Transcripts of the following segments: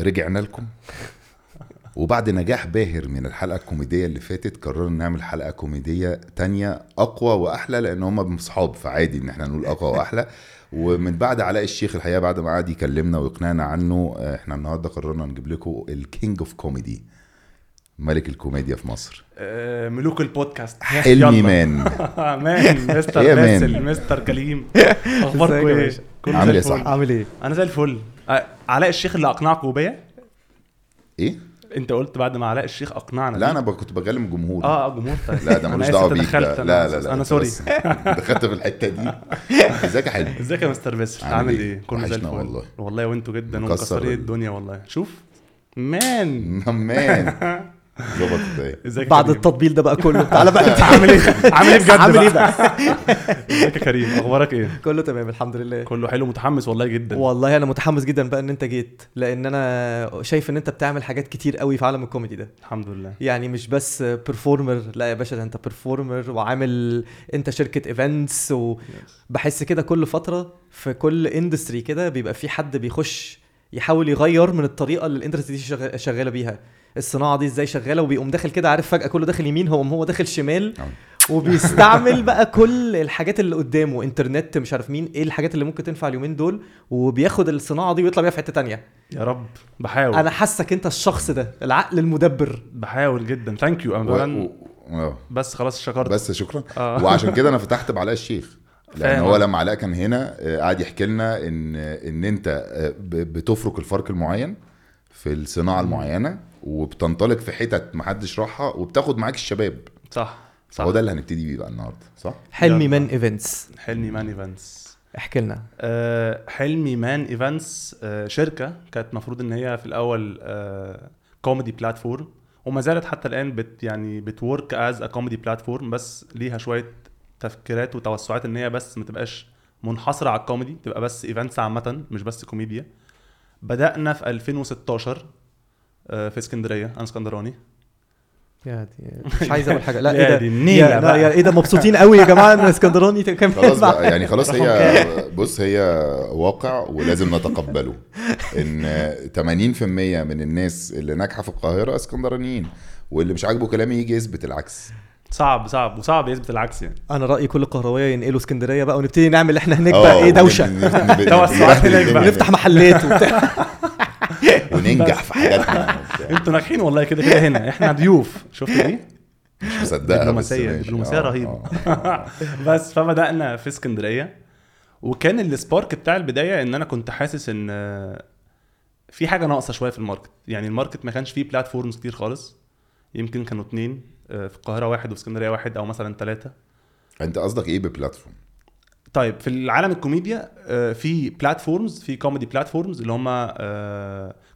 رجعنا لكم وبعد نجاح باهر من الحلقه الكوميديه اللي فاتت قررنا نعمل حلقه كوميديه تانية اقوى واحلى لان هم اصحاب فعادي ان احنا نقول اقوى واحلى ومن بعد علاء الشيخ الحقيقه بعد ما قعد يكلمنا ويقنعنا عنه آه، احنا النهارده قررنا نجيب لكم الكينج اوف كوميدي ملك الكوميديا في مصر آه، ملوك البودكاست حلمي مان مان مستر يا مان. باسل مستر كليم ازيك اخباركم يا ايه باشا؟ كله عامل زي ايه يا الفل. صاحبي؟ عامل ايه؟ انا زي الفل آه، علاء الشيخ اللي اقنعكم بيا ايه انت قلت بعد ما علاء الشيخ اقنعنا لا انا ب- كنت بكلم جمهور اه آه، جمهور طيب. لا ده أنا ملوش آسف دعوه بيك تدخلت، لا أنا لا آسف. لا, لا انا أنت سوري بس دخلت في الحته دي ازيك يا حلمي ازيك يا مستر باسل عامل عامل إيه؟ ايه كله زي وحشنا الفل والله. والله وانتوا جدا مكسر ال- ومكسرين الدنيا والله شوف مان نمان ظبط ازاي ازيك يا بعد كريم؟ التطبيل ده بقى كله تعالى بقى انت عامل ايه عامل ايه بجد عامل ايه إيه بقى؟ بقى؟ ازيك يا كريم اخبارك ايه كله تمام الحمد لله كله حلو متحمس والله جدا والله انا متحمس جدا بقى ان انت جيت لان انا شايف ان انت بتعمل حاجات كتير قوي في عالم الكوميدي ده الحمد لله يعني مش بس بيرفورمر لا يا باشا ده انت بيرفورمر وعامل انت شركه ايفنتس وبحس كده كل فتره في كل اندستري كده بيبقى في حد بيخش يحاول يغير من الطريقه اللي الاندستري دي شغ- شغاله بيها الصناعه دي ازاي شغاله وبيقوم داخل كده عارف فجاه كله داخل يمين هو هو داخل شمال أوي. وبيستعمل بقى كل الحاجات اللي قدامه انترنت مش عارف مين ايه الحاجات اللي ممكن تنفع اليومين دول وبياخد الصناعه دي ويطلع بيها في حته تانية يا رب بحاول انا حاسك انت الشخص ده العقل المدبر بحاول جدا ثانك يو و- اولا و- آه. بس خلاص شكرت بس بس شكرا آه. وعشان كده انا فتحت بعلاء الشيخ لان فاهم. هو لما علاء كان هنا آه، قعد يحكي لنا ان ان انت آه، ب- بتفرك الفرق المعين في الصناعه المعينه وبتنطلق في حتت محدش راحها وبتاخد معاك الشباب صح صح هو ده اللي هنبتدي بيه بقى النهارده صح؟ حلمي يلا. من ايفنتس حلمي مان ايفنتس احكي لنا أه حلمي مان ايفنتس أه شركه كانت المفروض ان هي في الاول أه كوميدي بلاتفورم وما زالت حتى الان بت يعني بتورك از ا كوميدي بلاتفورم بس ليها شويه تفكيرات وتوسعات ان هي بس ما تبقاش منحصره على الكوميدي تبقى بس ايفنتس عامه مش بس كوميديا بدانا في 2016 أه في اسكندريه انا اسكندراني يا دي مش عايز اقول حاجه لا يا ايه ده دي النيلة يا- لا، بقى. يا ايه ده مبسوطين قوي يا جماعه انا اسكندراني كمان خلاص بقى بقى. يعني خلاص رقم هي بص هي واقع ولازم نتقبله ان 80% من الناس اللي ناجحه في القاهره اسكندرانيين واللي مش عاجبه كلامي يجي يثبت العكس صعب صعب وصعب يثبت العكس يعني انا رايي كل قهرويه ينقلوا اسكندريه بقى ونبتدي نعمل احنا هناك اه، بقى إيه، ايه دوشه توسعات هناك بقى. ونفتح محلات وبتاع وننجح في حاجاتنا وبتاع. انتوا ناجحين والله كده كده هنا احنا ضيوف شفت دي مش مصدقها بس دبلوماسية- ماشي. دبلوماسية آه، رهيبة. آه. بس فبدانا في اسكندريه وكان السبارك بتاع البدايه ان انا كنت حاسس ان آه، في حاجه ناقصه شويه في الماركت يعني الماركت ما كانش فيه بلاتفورمز كتير خالص يمكن كانوا اتنين آه، في القاهره واحد وفي اسكندريه واحد او مثلا ثلاثه انت قصدك ايه ببلاتفورم؟ طيب في العالم الكوميديا آه، في بلاتفورمز في كوميدي بلاتفورمز اللي هم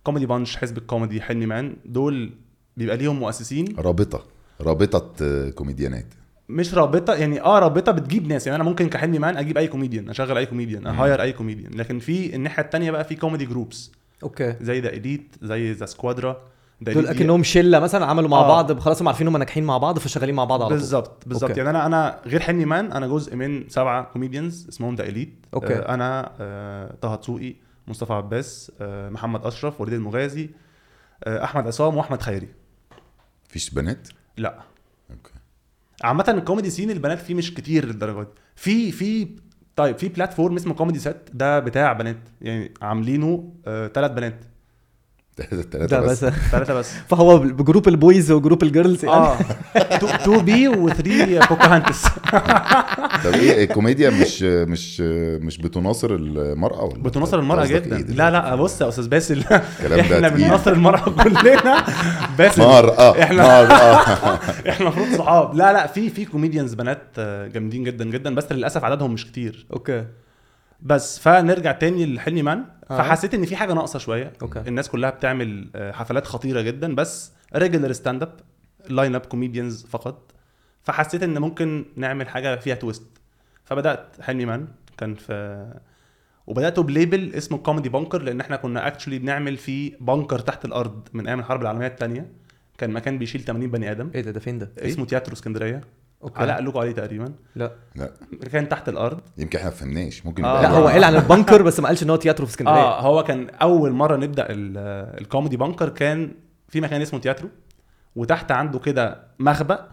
كوميدي بانش حزب الكوميدي حلمي مان دول بيبقى ليهم مؤسسين رابطه رابطه آه، كوميديانات مش رابطه يعني اه رابطه بتجيب ناس يعني انا ممكن كحلمي مان اجيب اي كوميديان اشغل اي كوميديان اهاير اي كوميديان لكن في الناحيه التانية بقى في كوميدي جروبس اوكي زي ذا اليت زي ذا سكوادرا دول اكنهم شله مثلا عملوا مع آه. بعض خلاص هم عارفين هم ناجحين مع بعض فشغالين مع بعض على طول بالظبط بالظبط أوكي. يعني انا انا غير حلمي مان انا جزء من سبعه كوميديانز اسمهم ذا اليت أوكي. آه انا آه طه دسوقي مصطفى عباس آه محمد اشرف وليد المغازي آه احمد عصام واحمد خيري مفيش بنات؟ لا اوكي عامة الكوميدي سين البنات فيه مش كتير للدرجة دي في في طيب في بلاتفورم اسمه كوميدي سات ده بتاع بنات يعني عاملينه آه، تلات بنات الثلاثه ده بس بس تلاتة بس فهو جروب البويز وجروب الجيرلز يعني اه 2 بي و3 بوكاهانتس طب ايه الكوميديا مش مش مش بتناصر المرأة ولا بتناصر المرأة قصدك جدا إيه لا لا بص يا استاذ باسل الكلام ده احنا تقيل. آه، بنناصر المرأة كلنا باسل مرأة إحنا- مرأة احنا المفروض صحاب لا لا في في كوميديانز بنات آه، جامدين جدا جدا بس للاسف عددهم مش كتير اوكي بس فنرجع تاني لحلمي مان آه. فحسيت ان في حاجه ناقصه شويه أوكي. الناس كلها بتعمل آه، حفلات خطيره جدا بس ريجولر ستاند اب لاين اب كوميديانز فقط فحسيت ان ممكن نعمل حاجه فيها تويست فبدات حلمي مان كان في وبداته بليبل اسمه كوميدي بانكر لان احنا كنا اكشولي بنعمل فيه بانكر تحت الارض من ايام الحرب العالميه الثانيه كان مكان بيشيل 80 بني ادم إيه؟ ايه ده ده فين ده؟ اسمه تياترو اسكندريه اوكي علاء قالوا عليه تقريبا لا لا كان تحت الارض يمكن احنا ما فهمناش ممكن آه. يبقى لا هو أبعد. قال عن البنكر بس ما قالش ان هو تياترو في اسكندريه اه هو كان اول مره نبدا ال- الكوميدي بانكر كان في مكان اسمه تياترو وتحت عنده كده مخبأ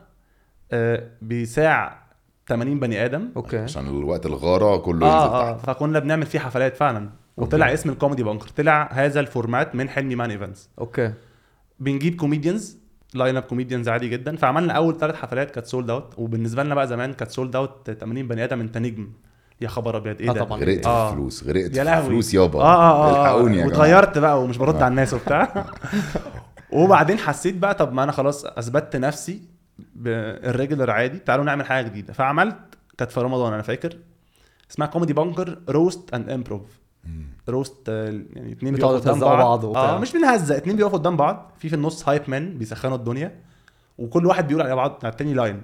آه، بيساع 80 بني ادم اوكي عشان الوقت الغاره آه، كله اه ينزل اه تحت فكنا بنعمل فيه حفلات فعلا وطلع اسم الكوميدي بانكر طلع هذا الفورمات من حلمي مان ايفنتس اوكي بنجيب كوميديانز لاين اب كوميديانز عادي جدا فعملنا اول ثلاث حفلات كانت سولد اوت وبالنسبه لنا بقى زمان كانت سولد اوت 80 بني ادم انت نجم يا خبر ابيض ايه آه ده طبعاً. غرقت آه. في الفلوس غرقت في يا لهوي. الفلوس يابا اه اه اه الحقوني يا آه. جماعه واتغيرت بقى ومش برد على الناس وبتاع وبعدين حسيت بقى طب ما انا خلاص اثبتت نفسي بالريجلر عادي تعالوا نعمل حاجه جديده فعملت كانت في رمضان انا فاكر اسمها كوميدي بانكر روست اند امبروف روست آه، يعني اتنين بتقعدوا بيقفوا قدام تهزقوا بعض, بعض وبتاع. اه مش بنهزق اتنين بيقفوا قدام بعض في في النص هايب مان بيسخنوا الدنيا وكل واحد بيقول على بعض على التاني لاين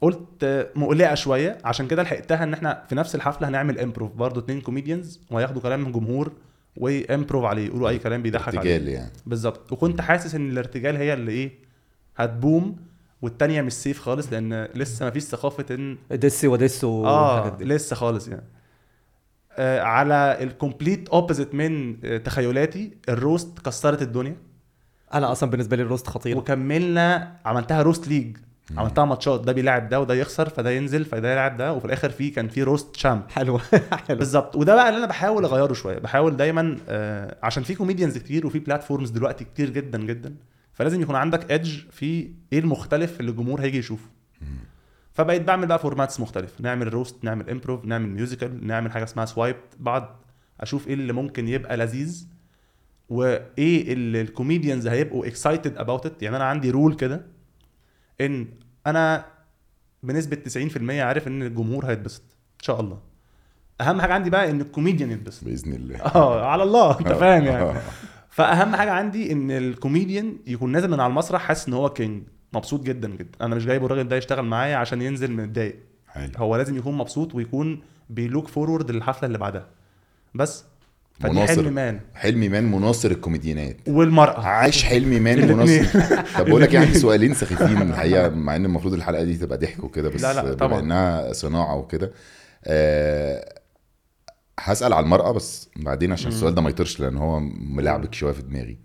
قلت آه، مقلقه شويه عشان كده لحقتها ان احنا في نفس الحفله هنعمل امبروف برضه اتنين كوميديانز وهياخدوا كلام من جمهور وامبروف عليه يقولوا اي كلام بيضحك عليه ارتجال يعني بالظبط وكنت حاسس ان الارتجال هي اللي ايه هتبوم والتانيه مش سيف خالص لان لسه مفيش ثقافه ان دس ودس والحاجات اه دي لسه خالص يعني آه على الكومبليت اوبوزيت من آه، تخيلاتي الروست كسرت الدنيا انا اصلا بالنسبه لي الروست خطير وكملنا عملتها روست ليج عملتها ماتشات ده بيلعب ده وده يخسر فده ينزل فده يلعب ده وفي الاخر في كان في روست شامب حلوه حلو بالظبط وده بقى اللي انا بحاول اغيره شويه بحاول دايما آه عشان في كوميديانز كتير وفي بلاتفورمز دلوقتي كتير جدا جدا فلازم يكون عندك ايدج في ايه المختلف اللي الجمهور هيجي يشوفه فبقيت بعمل بقى فورماتس مختلف نعمل روست نعمل امبروف نعمل ميوزيكال نعمل حاجه اسمها سوايب بعض اشوف ايه اللي ممكن يبقى لذيذ وايه اللي الكوميديانز هيبقوا اكسايتد اباوت ات يعني انا عندي رول كده ان انا بنسبه 90% عارف ان الجمهور هيتبسط ان شاء الله اهم حاجه عندي بقى ان الكوميديان يتبسط باذن الله اه على الله انت آه. فاهم يعني آه. فاهم حاجه عندي ان الكوميديان يكون نازل من على المسرح حاسس ان هو كينج مبسوط جدا جدا انا مش جايبه الراجل ده يشتغل معايا عشان ينزل متضايق حلو. هو لازم يكون مبسوط ويكون بيلوك فورورد للحفله اللي بعدها بس فدي مناصر. حلم مان حلمي مان مناصر الكوميديانات والمراه عايش حلمي مان آه. الاتنين. مناصر يعني طب بقول لك إيه، عندي سؤالين سخيفين الحقيقه مع ان المفروض الحلقه دي تبقى ضحك وكده بس لا، لا، بما طبعاً. انها صناعه وكده آه، هسال على المراه بس بعدين عشان السؤال ده ما يطيرش لان هو ملعبك شويه في دماغي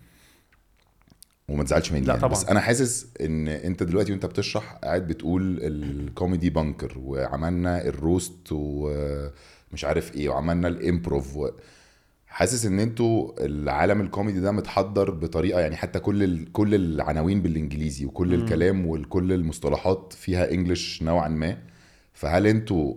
وما تزعلش مني لا، يعني. طبعاً. بس انا حاسس ان انت دلوقتي وانت بتشرح قاعد بتقول الكوميدي بانكر وعملنا الروست ومش عارف ايه وعملنا الامبروف و... حاسس ان انتوا العالم الكوميدي ده متحضر بطريقه يعني حتى كل ال... كل العناوين بالانجليزي وكل مم. الكلام وكل المصطلحات فيها انجلش نوعا ما فهل انتوا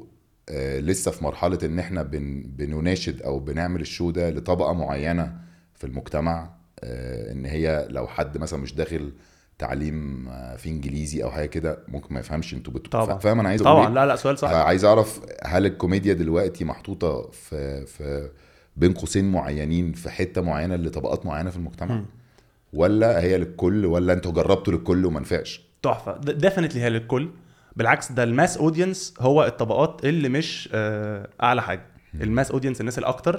آه، لسه في مرحله ان احنا بن... بنناشد او بنعمل الشو ده لطبقه معينه في المجتمع آه، ان هي لو حد مثلا مش داخل تعليم آه، في انجليزي او حاجه كده ممكن ما يفهمش انتوا بت... طبعاً. فاهم انا عايز اقول طبعا إيه؟ لا لا سؤال صح عايز اعرف هل الكوميديا دلوقتي محطوطه في في بين قوسين معينين في حته معينه لطبقات معينه في المجتمع مم. ولا هي للكل ولا انتوا جربتوا للكل وما نفعش تحفه ديفنتلي هي للكل بالعكس ده الماس اودينس هو الطبقات اللي مش آه، اعلى حاجه الماس اودينس الناس الاكتر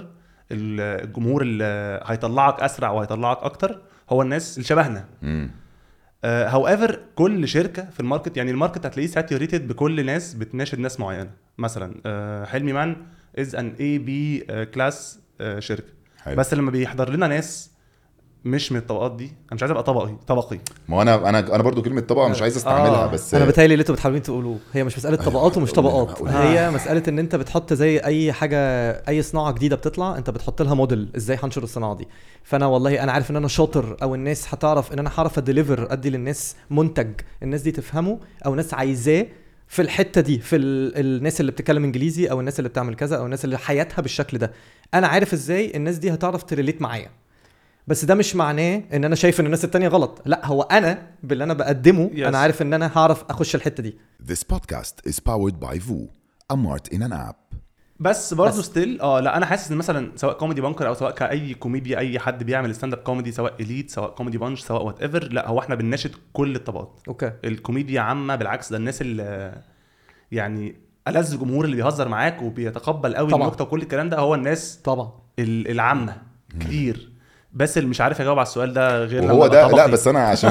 ال- الجمهور اللي هيطلعك اسرع وهيطلعك اكتر هو الناس اللي شبهنا امم هاو ايفر آه، كل شركه في الماركت يعني الماركت هتلاقيه ساتيوريتد بكل ناس بتناشد ناس معينه مثلا آه، حلمي مان از ان اي بي كلاس شركه حلو بس آه، بس لما بيحضر لنا ناس مش من الطبقات دي انا مش عايز ابقى طبقي طبقي ما هو انا انا انا برضو كلمه طبقه مش عايز استعملها آه. بس انا بتهيألي اللي انتوا بتحاولين تقولوه هي مش مساله طبقات ومش طبقات قولي. هي مساله ان انت بتحط زي اي حاجه اي صناعه جديده بتطلع انت بتحط لها موديل ازاي هنشر الصناعه دي فانا والله انا عارف ان انا شاطر او الناس هتعرف ان انا هعرف اديليفر ادي للناس منتج الناس دي تفهمه او الناس عايزاه في الحته دي في ال... الناس اللي بتتكلم انجليزي او الناس اللي بتعمل كذا او الناس اللي حياتها بالشكل ده انا عارف ازاي الناس دي هتعرف تريليت معايا بس ده مش معناه ان انا شايف ان الناس التانية غلط لا هو انا باللي انا بقدمه Yes. انا عارف ان انا هعرف اخش الحته دي This podcast is powered by VU, a mart in an app. بس برضه بس. ستيل اه لا انا حاسس ان مثلا سواء كوميدي بانكر او سواء كاي كوميديا اي حد بيعمل ستاند اب كوميدي سواء اليت سواء كوميدي بانش سواء وات ايفر لا هو احنا بنناشد كل الطبقات اوكي الكوميديا عامه بالعكس ده الناس اللي يعني ألذ جمهور اللي بيهزر معاك وبيتقبل قوي طبعاً. النكته وكل الكلام ده هو الناس طبعا ال- العامه كتير بس اللي مش عارف اجاوب على السؤال ده غير لما وهو ده أبقى لا طبقي. بس انا عشان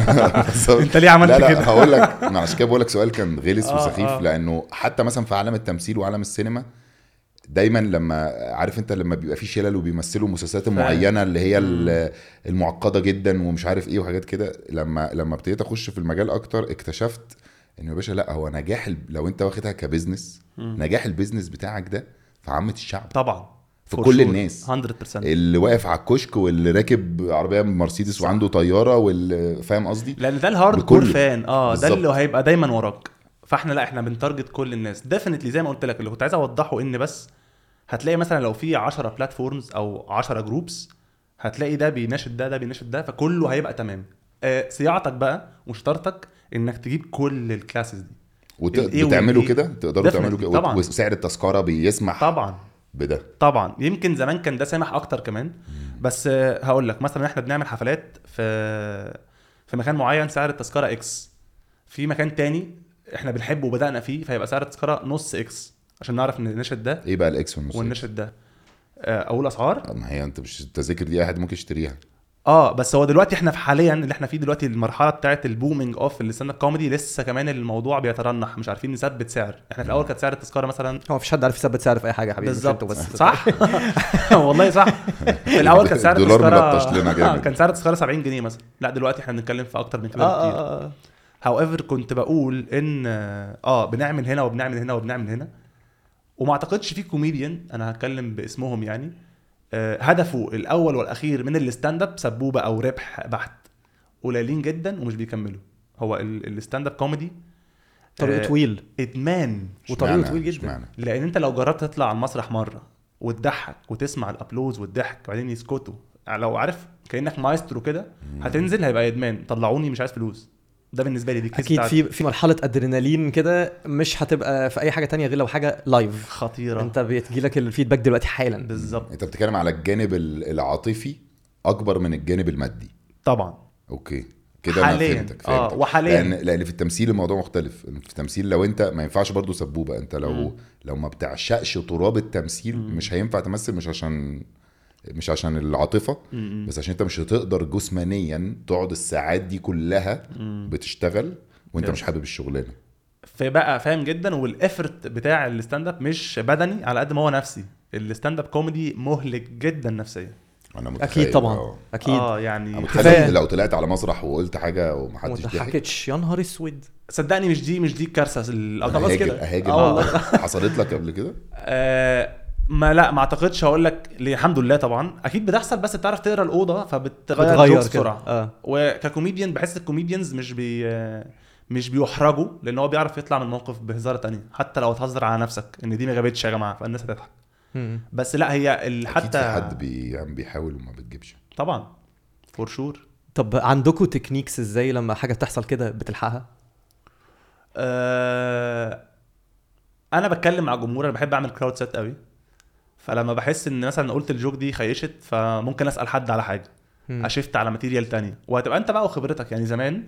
انت إيه؟ ليه عملت لا لا كده؟ هقول لك ما عشان كده بقول لك سؤال كان غلس آه، وسخيف آه. لانه حتى مثلا في عالم التمثيل وعالم السينما دايما لما عارف انت لما بيبقى في شلل وبيمثلوا مسلسلات معينه اللي هي ال- المعقده جدا ومش عارف ايه وحاجات كده لما لما ابتديت اخش في المجال اكتر اكتشفت انه يا باشا لا هو نجاح ال- لو انت واخدها كبزنس مم. نجاح البيزنس بتاعك ده في عامه الشعب طبعا في for كل sure. الناس 100% اللي واقف على الكشك واللي راكب عربيه مرسيدس وعنده طياره واللي فاهم قصدي لان ده الهارد كور بكله. فان اه ده بالظبط. اللي هيبقى دايما وراك فاحنا لا احنا بنتارجت كل الناس ديفنتلي زي ما قلت لك اللي كنت عايز اوضحه ان بس هتلاقي مثلا لو في 10 بلاتفورمز او 10 جروبس هتلاقي ده بيناشد ده ده بيناشد ده فكله هيبقى تمام آه صياعتك بقى وشطارتك انك تجيب كل الكلاسز دي ال A إيه، وال وتعملوا B. كده تقدروا Definitely، تعملوا كده طبعاً. وسعر التذكره بيسمح طبعا بده طبعا يمكن زمان كان ده سامح اكتر كمان بس آه، هقول لك مثلا احنا بنعمل حفلات في في مكان معين سعر التذكره اكس في مكان تاني احنا بنحبه وبدانا فيه فهيبقى سعر التذكره نص اكس عشان نعرف ان النشد ده ايه بقى الاكس والنص والنشد ده آه، او الاسعار ما هي انت مش التذاكر دي احد ممكن يشتريها اه بس هو دلوقتي احنا في حاليا اللي احنا فيه دلوقتي المرحله بتاعه البومينج اوف اللي ستاند اب كوميدي لسه كمان الموضوع بيترنح مش عارفين نثبت سعر احنا في الاول كانت سعر التذكره مثلا هو مفيش حد عارف يثبت سعر في اي حاجه يا حبيبي مش بالظبط انتوا بس صح والله صح في الاول كان سعر الدولار التذكره ملطش لنا جامد. كان سعر التذكره 70 جنيه مثلا لا دلوقتي احنا بنتكلم في اكتر من آه, كده آه, بكتير آه, آه. هاو ايفر كنت بقول ان اه بنعمل هنا وبنعمل هنا وبنعمل هنا وما اعتقدش في كوميديان انا هتكلم باسمهم يعني آه، هدفه الاول والاخير من الستاند اب سبوبه او ربح بحت قليلين جدا ومش بيكملوا هو ال- الستاند اب كوميدي طريقه آه، طويل ادمان وطريقه اشمعنى؟ طويل جدا اشمعنى؟ لان انت لو جربت تطلع على المسرح مره وتضحك وتسمع الابلوز والضحك وبعدين يسكتوا يعني لو عارف كانك مايسترو كده هتنزل هيبقى ادمان طلعوني مش عايز فلوس ده بالنسبه لي دي الكيس اكيد بتاعتي. في في مرحله ادرينالين كده مش هتبقى في اي حاجه تانية غير لو حاجه لايف خطيره انت بتجيلك الفيدباك دلوقتي حالا بالظبط انت بتتكلم على الجانب ال- العاطفي اكبر من الجانب المادي طبعا اوكي كده انا حالياً. فهمتك آه، فهمتك وحالياً. لان لان في التمثيل الموضوع مختلف في التمثيل لو انت ما ينفعش برضو سبوبه انت لو مم. لو ما بتعشقش تراب التمثيل مم. مش هينفع تمثل مش عشان مش عشان العاطفه م- م. بس عشان انت مش هتقدر جسمانيا تقعد الساعات دي كلها م. بتشتغل وانت Yes. مش حابب الشغلانه فبقى فاهم جدا والافرت بتاع الستاند اب مش بدني على قد ما هو نفسي الستاند اب كوميدي مهلك جدا نفسيا انا متخيل اكيد طبعا اه اكيد اه انا يعني متخيل كفاية. إن لو طلعت على مسرح وقلت حاجه وما ومحدش ضحك ضحكتش يا نهار اسود صدقني مش دي مش دي الكارثه ال- أنا خلاص هاجر- كده هاجر اه والله حصلت لك قبل كده آه، ما لا ما اعتقدش هقول لك ليه، الحمد لله طبعا اكيد بتحصل بس بتعرف تقرا الاوضه فبتغير بتغير الجوكس كده. بسرعه اه وككوميديان بحس الكوميديانز مش بي آه، مش بيحرجوا لان هو بيعرف يطلع من الموقف بهزاره تانية حتى لو تهزر على نفسك ان دي ما جابتش يا جماعه فالناس هتضحك مم. بس لا هي ال- حتى حتى في حد بي... يعني بيحاول وما بتجيبش طبعا فور شور طب عندكم تكنيكس ازاي لما حاجه بتحصل كده بتلحقها آه انا بتكلم مع الجمهور انا بحب اعمل كراود سيت قوي فلما بحس ان مثلا قلت الجوك دي خيشت فممكن اسال حد على حاجه مم. اشفت على ماتيريال تانية وهتبقى انت بقى وخبرتك يعني زمان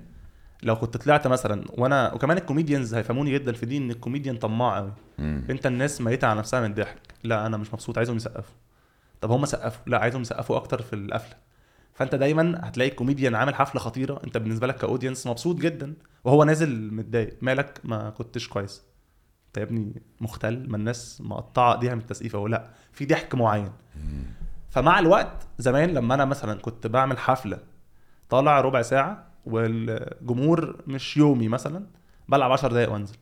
لو كنت طلعت مثلا وانا وكمان الكوميديانز هيفهموني جدا في دي ان الكوميديان طماع قوي مم. انت الناس ميته على نفسها من الضحك لا انا مش مبسوط عايزهم يسقفوا طب هم سقفوا لا عايزهم يسقفوا اكتر في القفله فانت دايما هتلاقي الكوميديان عامل حفله خطيره انت بالنسبه لك كاودينس مبسوط جدا وهو نازل متضايق مالك ما كنتش كويس انت يا ابني مختل ما الناس مقطعه ايديها من التسقيف اهو لا في ضحك معين مم. فمع الوقت زمان لما انا مثلا كنت بعمل حفله طالع ربع ساعه والجمهور مش يومي مثلا بلعب 10 دقايق وانزل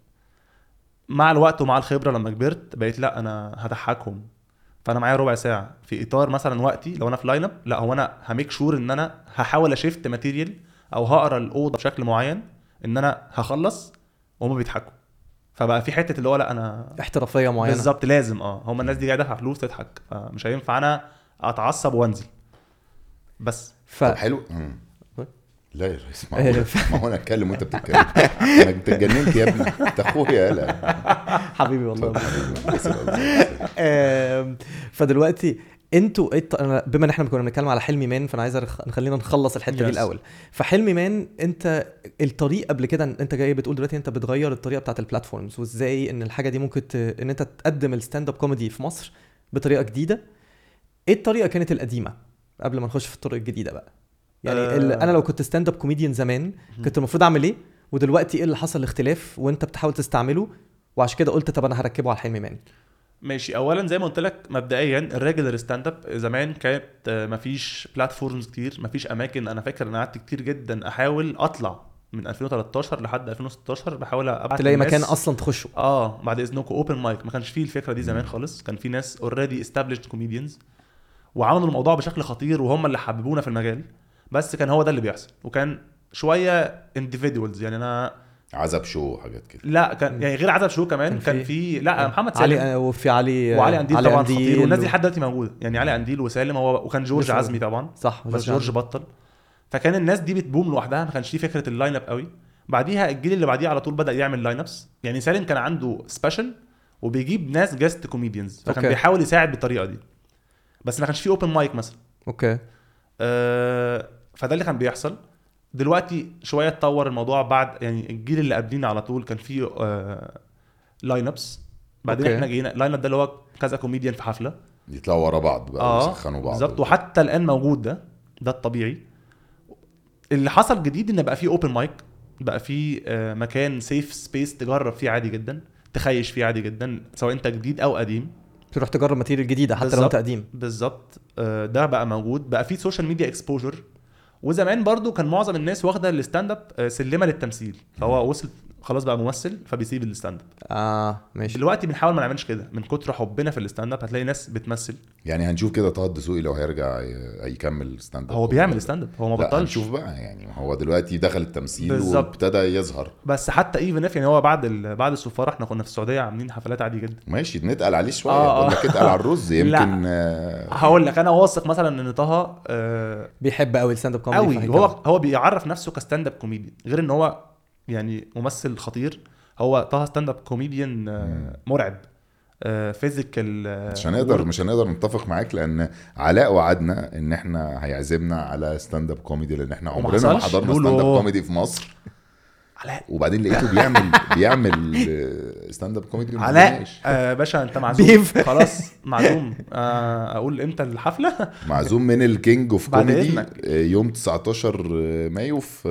مع الوقت ومع الخبره لما كبرت بقيت لا انا هضحكهم فانا معايا ربع ساعه في اطار مثلا وقتي لو انا في لاين اب لا هو انا هميك شور ان انا هحاول اشفت ماتيريال او هقرا الاوضه بشكل معين ان انا هخلص وهما بيضحكوا فبقى في حته اللي هو لا انا احترافيه معينه بالظبط لازم اه هم الناس دي جايه دافعه فلوس تضحك فمش هينفع انا اتعصب وانزل بس ف... طب حلو مم. طيب. لا يا ريس ما إيه، هو ما هو انا اتكلم وانت بتتكلم انا انت اتجننت يا ابني انت اخويا يالا حبيبي والله اتفضل. آم، فدلوقتي انتوا إيه الط- أنا- بما ان احنا كنا بنتكلم على حلمي مان فانا عايز أرخ- نخلينا نخلص الحته دي Yes. الاول فحلمي مان انت الطريق قبل كده إن انت جاي بتقول دلوقتي انت بتغير الطريقه بتاعت البلاتفورمز وازاي ان الحاجه دي ممكن ت... ان انت تقدم الستاند اب كوميدي في مصر بطريقه جديده ايه الطريقه إيه كانت القديمه قبل ما نخش في الطرق الجديده بقى يعني آه. انا لو كنت ستاند اب كوميديان زمان كنت المفروض اعمل ايه ودلوقتي ايه اللي حصل الاختلاف وانت بتحاول تستعمله وعشان كده قلت طب انا هركبه على الحلم مان ماشي اولا زي ما قلت لك مبدئيا الريجولار ستاند اب زمان كانت آه، مفيش بلاتفورمز كتير مفيش اماكن انا فاكر انا قعدت كتير جدا احاول اطلع من 2013 لحد 2016 بحاول ابعت تلاقي للناس- مكان اصلا تخشه اه بعد اذنكم اوبن مايك ما كانش فيه الفكره دي زمان خالص كان في ناس اوريدي استابليشد كوميديانز وعملوا الموضوع بشكل خطير وهم اللي حببونا في المجال بس كان هو ده اللي بيحصل وكان شويه individuals يعني انا عزب شو وحاجات كده لا كان يعني غير عدد شو كمان كان كان في- في لا محمد سالم علي آه، وفي علي وعلي انديل طبعا خطير والناس و- دي لحد دلوقتي موجوده يعني علي انديل وسالم هو وكان جورج لسه عزمي طبعا صح بس جورج بطل فكان الناس دي بتبوم لوحدها ما كانش في فكره اللاين اب قوي بعديها الجيل اللي بعديه على طول بدا يعمل لاين ابس يعني سالم كان عنده سبيشال وبيجيب ناس جاست كوميديانز فكان أوكي. بيحاول يساعد بالطريقه دي بس ما كانش في اوبن مايك مثلا اوكي آه، فده اللي كان بيحصل دلوقتي شويه اتطور الموضوع بعد يعني الجيل اللي قبلينا على طول كان فيه لاين ابس بعدين أوكي. احنا جينا لاين اب ده اللي هو كذا كوميديان في حفله يطلعوا ورا بعض بقى آه، ويسخنوا بعض بالظبط وحتى الان موجود ده ده الطبيعي اللي حصل جديد ان بقى فيه اوبن مايك بقى فيه آه، مكان سيف سبيس تجرب فيه عادي جدا تخيش فيه عادي جدا سواء انت جديد او قديم تروح تجرب ماتيريال جديده حتى لو بالظبط. انت قديم بالظبط آه، ده بقى موجود بقى فيه سوشيال ميديا اكسبوجر وزمان برضو كان معظم الناس واخده الستاند اب سلمه للتمثيل فهو وصل خلاص بقى ممثل فبيسيب الستاند اب اه ماشي دلوقتي بنحاول ما نعملش كده من كتر حبنا في الستاند اب هتلاقي ناس بتمثل يعني هنشوف كده طه الدسوقي لو هيرجع ي- هيكمل ستاند اب هو بيعمل ستاند اب هو ما بطلش شوف بقى يعني ما هو دلوقتي دخل التمثيل بالظبط. وابتدى يظهر بس حتى ايفن اف يعني هو بعد ال... بعد السفاره احنا كنا في السعوديه عاملين حفلات عادي جدا ماشي نتقل عليه شويه آه، آه آه. بقول لك اتقل على الرز يمكن آه، هقول لك انا واثق مثلا ان طه آه، بيحب قوي الستاند اب كوميدي قوي هو هو بيعرف نفسه كستاند اب كوميديان غير ان هو يعني ممثل خطير هو طه ستاند اب كوميديان مم. آه، مرعب آه، فيزيكال مش هنقدر مش هنقدر نتفق معاك لان علاء وعدنا ان احنا هيعزمنا على ستاند اب كوميدي لان احنا وما عمرنا ما حصلش. حضرنا لولو. ستاند اب كوميدي في مصر علاء وبعدين لقيته بيعمل بيعمل ستاند اب كوميدي علاء آه باشا انت معزوم بيف. خلاص معزوم آه اقول امتى الحفله معزوم من الكينج اوف بعد كوميدي إذنك. آه، يوم 19 مايو في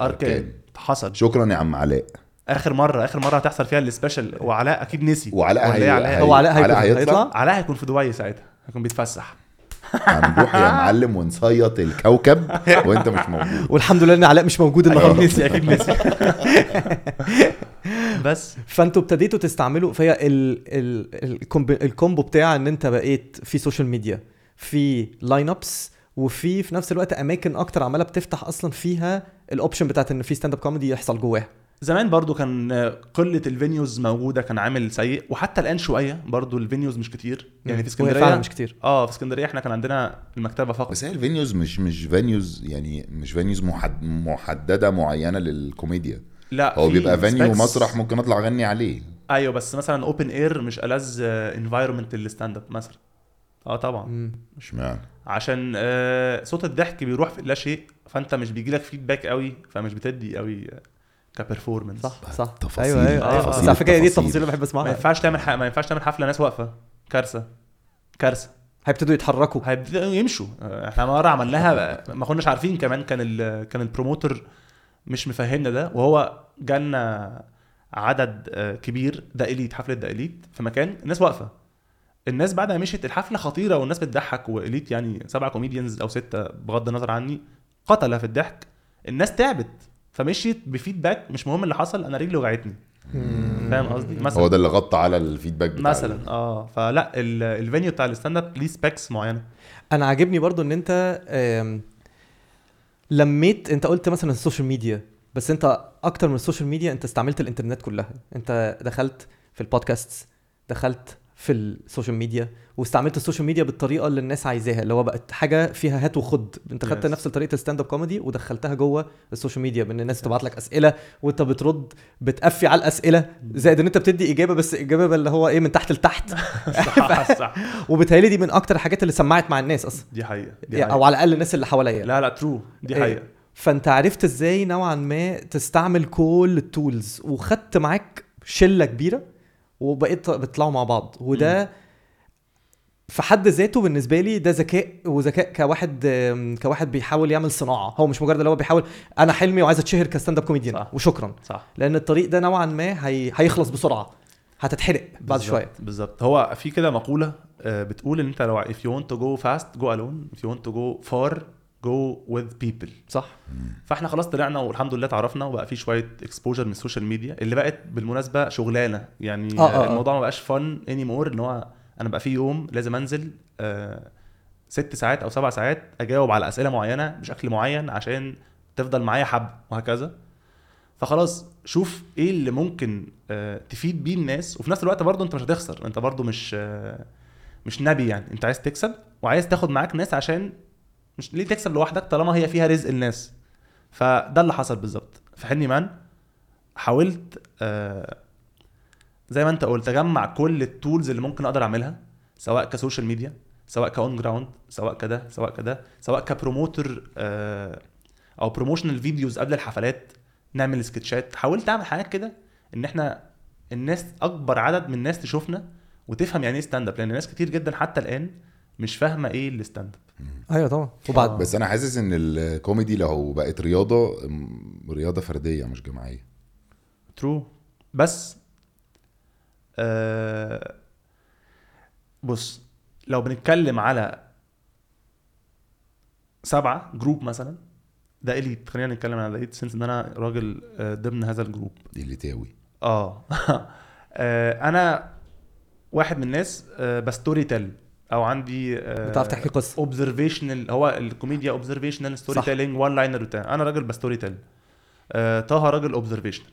آه، اركان حصل شكرا يا عم علاء اخر مره اخر مره هتحصل فيها السبيشال وعلاء اكيد نسي وعلاء ولا هي... إيه علاء؟ هي- هو علاء هيكون- هيطلع؟ علاء هيكون في دبي ساعتها هيكون بيتفسح هنروح يا معلم ونصيط الكوكب وانت مش موجود والحمد لله ان علاء مش موجود اكيد النهارده نسي اكيد نسي بس فانتوا ابتديتوا تستعملوا فهي ال ال الكومب الكومبو بتاع ان انت بقيت في سوشيال ميديا في لاين ابس وفي في نفس الوقت اماكن اكتر عماله بتفتح اصلا فيها الاوبشن بتاعت ان في ستاند اب كوميدي يحصل جواها زمان برضو كان قله الفينيوز موجوده كان عامل سيء وحتى الان شويه برضو الفينيوز مش كتير يعني في وهي فعلا اسكندريه مش كتير اه في اسكندريه احنا كان عندنا المكتبه فقط بس هي الفينيوز مش مش فينيوز يعني مش فينيوز محد محدده معينه للكوميديا لا هو في بيبقى فينيو specs. مسرح ممكن اطلع اغني عليه ايوه بس مثلا اوبن اير مش الذ انفايرمنت للستاند اب مثلا اه طبعا مم. اشمعنى عشان آه صوت الضحك بيروح في لا شيء فانت مش بيجيلك فيدباك قوي فمش بتدي قوي كبرفورمانس صح صح تفاصيل- ايوه ايوه, أيوة. تفاصيل بس على فكره دي التفاصيل التفاصيل. اللي بحب ما اسمعها ينفعش تعمل ح... ما ينفعش تعمل حفله ناس واقفه كارثه كارثه هيبتدوا يتحركوا هيبداوا يمشوا آه، احنا مره عملناها ما كناش عارفين كمان كان ال... كان البروموتر مش مفهمنا ده وهو جالنا عدد آه، كبير ده اليت حفله ده اليت في مكان الناس واقفه الناس بعد ما مشيت الحفله خطيره والناس بتضحك واليت يعني سبعه كوميديانز او سته بغض النظر عني قتله في الضحك الناس تعبت فمشيت بفيدباك مش مهم اللي حصل انا رجلي وجعتني فاهم قصدي مثلا هو ده اللي غطى على الفيدباك بتاع ال- مثلا اه فلا ال- الفينيو بتاع الستاند اب ليه سبيكس معينه انا عاجبني برضو ان انت آم، لميت انت قلت مثلا السوشيال ميديا بس انت اكتر من السوشيال ميديا انت استعملت الانترنت كلها انت دخلت في البودكاست دخلت في السوشيال ميديا واستعملت السوشيال ميديا بالطريقه اللي الناس عايزاها اللي هو بقت حاجه فيها هات وخد انت خدت Yes. نفس طريقه الستاند اب كوميدي ودخلتها جوه السوشيال ميديا بان الناس تبعت لك اسئله وانت بترد بتقفي على الاسئله زائد ان انت بتدي اجابه بس اجابه اللي هو ايه من تحت لتحت صح صح وبالتالي دي من اكتر الحاجات اللي سمعت مع الناس اصلا دي حقيقه دي او حقيقه يعني على الاقل الناس اللي حواليا لا لا ترو دي إيه. حقيقه فانت عرفت ازاي نوعا ما تستعمل كل التولز وخدت معاك شله كبيره وبقيت بيطلعوا مع بعض وده في حد ذاته بالنسبه لي ده ذكاء وذكاء كواحد آم، كواحد بيحاول يعمل صناعه هو مش مجرد اللي هو بيحاول انا حلمي وعايز اتشهر كستاند اب كوميديان صح. وشكرا صح لان الطريق ده نوعا ما هي... هيخلص بسرعه هتتحرق بعد بالظبط- شويه بالظبط هو في كده مقوله آه، بتقول ان انت لو if you want to go fast go alone if you want to go far go with people صح فاحنا خلاص طلعنا والحمد لله اتعرفنا وبقى في شويه اكسبوجر من السوشيال ميديا اللي بقت بالمناسبه شغلانه يعني آه، آه، آه. الموضوع ما بقاش فن اني مور ان هو انا بقى في يوم لازم انزل آه، ست ساعات او سبع ساعات اجاوب على اسئله معينه بشكل معين عشان تفضل معايا حب وهكذا فخلاص شوف ايه اللي ممكن آه، تفيد بيه الناس وفي نفس الوقت برضه انت مش هتخسر انت برضه مش آه، مش نبي يعني انت عايز تكسب وعايز تاخد معاك ناس عشان مش ليه تكسب لوحدك طالما هي فيها رزق الناس فده اللي حصل بالظبط في حني مان حاولت آه، زي ما انت قلت اجمع كل التولز اللي ممكن اقدر اعملها سواء كسوشيال ميديا سواء كاون جراوند سواء كده سواء كده سواء كبروموتر آه، او بروموشنال فيديوز قبل الحفلات نعمل سكتشات حاولت اعمل حاجات كده ان احنا الناس اكبر عدد من الناس تشوفنا وتفهم يعني ايه ستاند اب لان ناس كتير جدا حتى الان مش فاهمه ايه الستاند اب ايوه طبعا وبعد بس انا حاسس ان الكوميدي لو بقت رياضه م- رياضه فرديه مش جماعيه ترو بس آه بص لو بنتكلم على سبعة جروب مثلا ده إليت خلينا نتكلم على إليت سنس إن أنا راجل آه، ضمن هذا الجروب دي اللي تاوي آه آه، أنا واحد من الناس آه، بستوري تيل أو عندي آه، بتعرف تحكي قصه اوبزرفيشنال هو الكوميديا اوبزرفيشنال ستوري صح. تيلينج وان لاينر بتاع انا راجل بستوري تيل آه طه راجل اوبزرفيشنال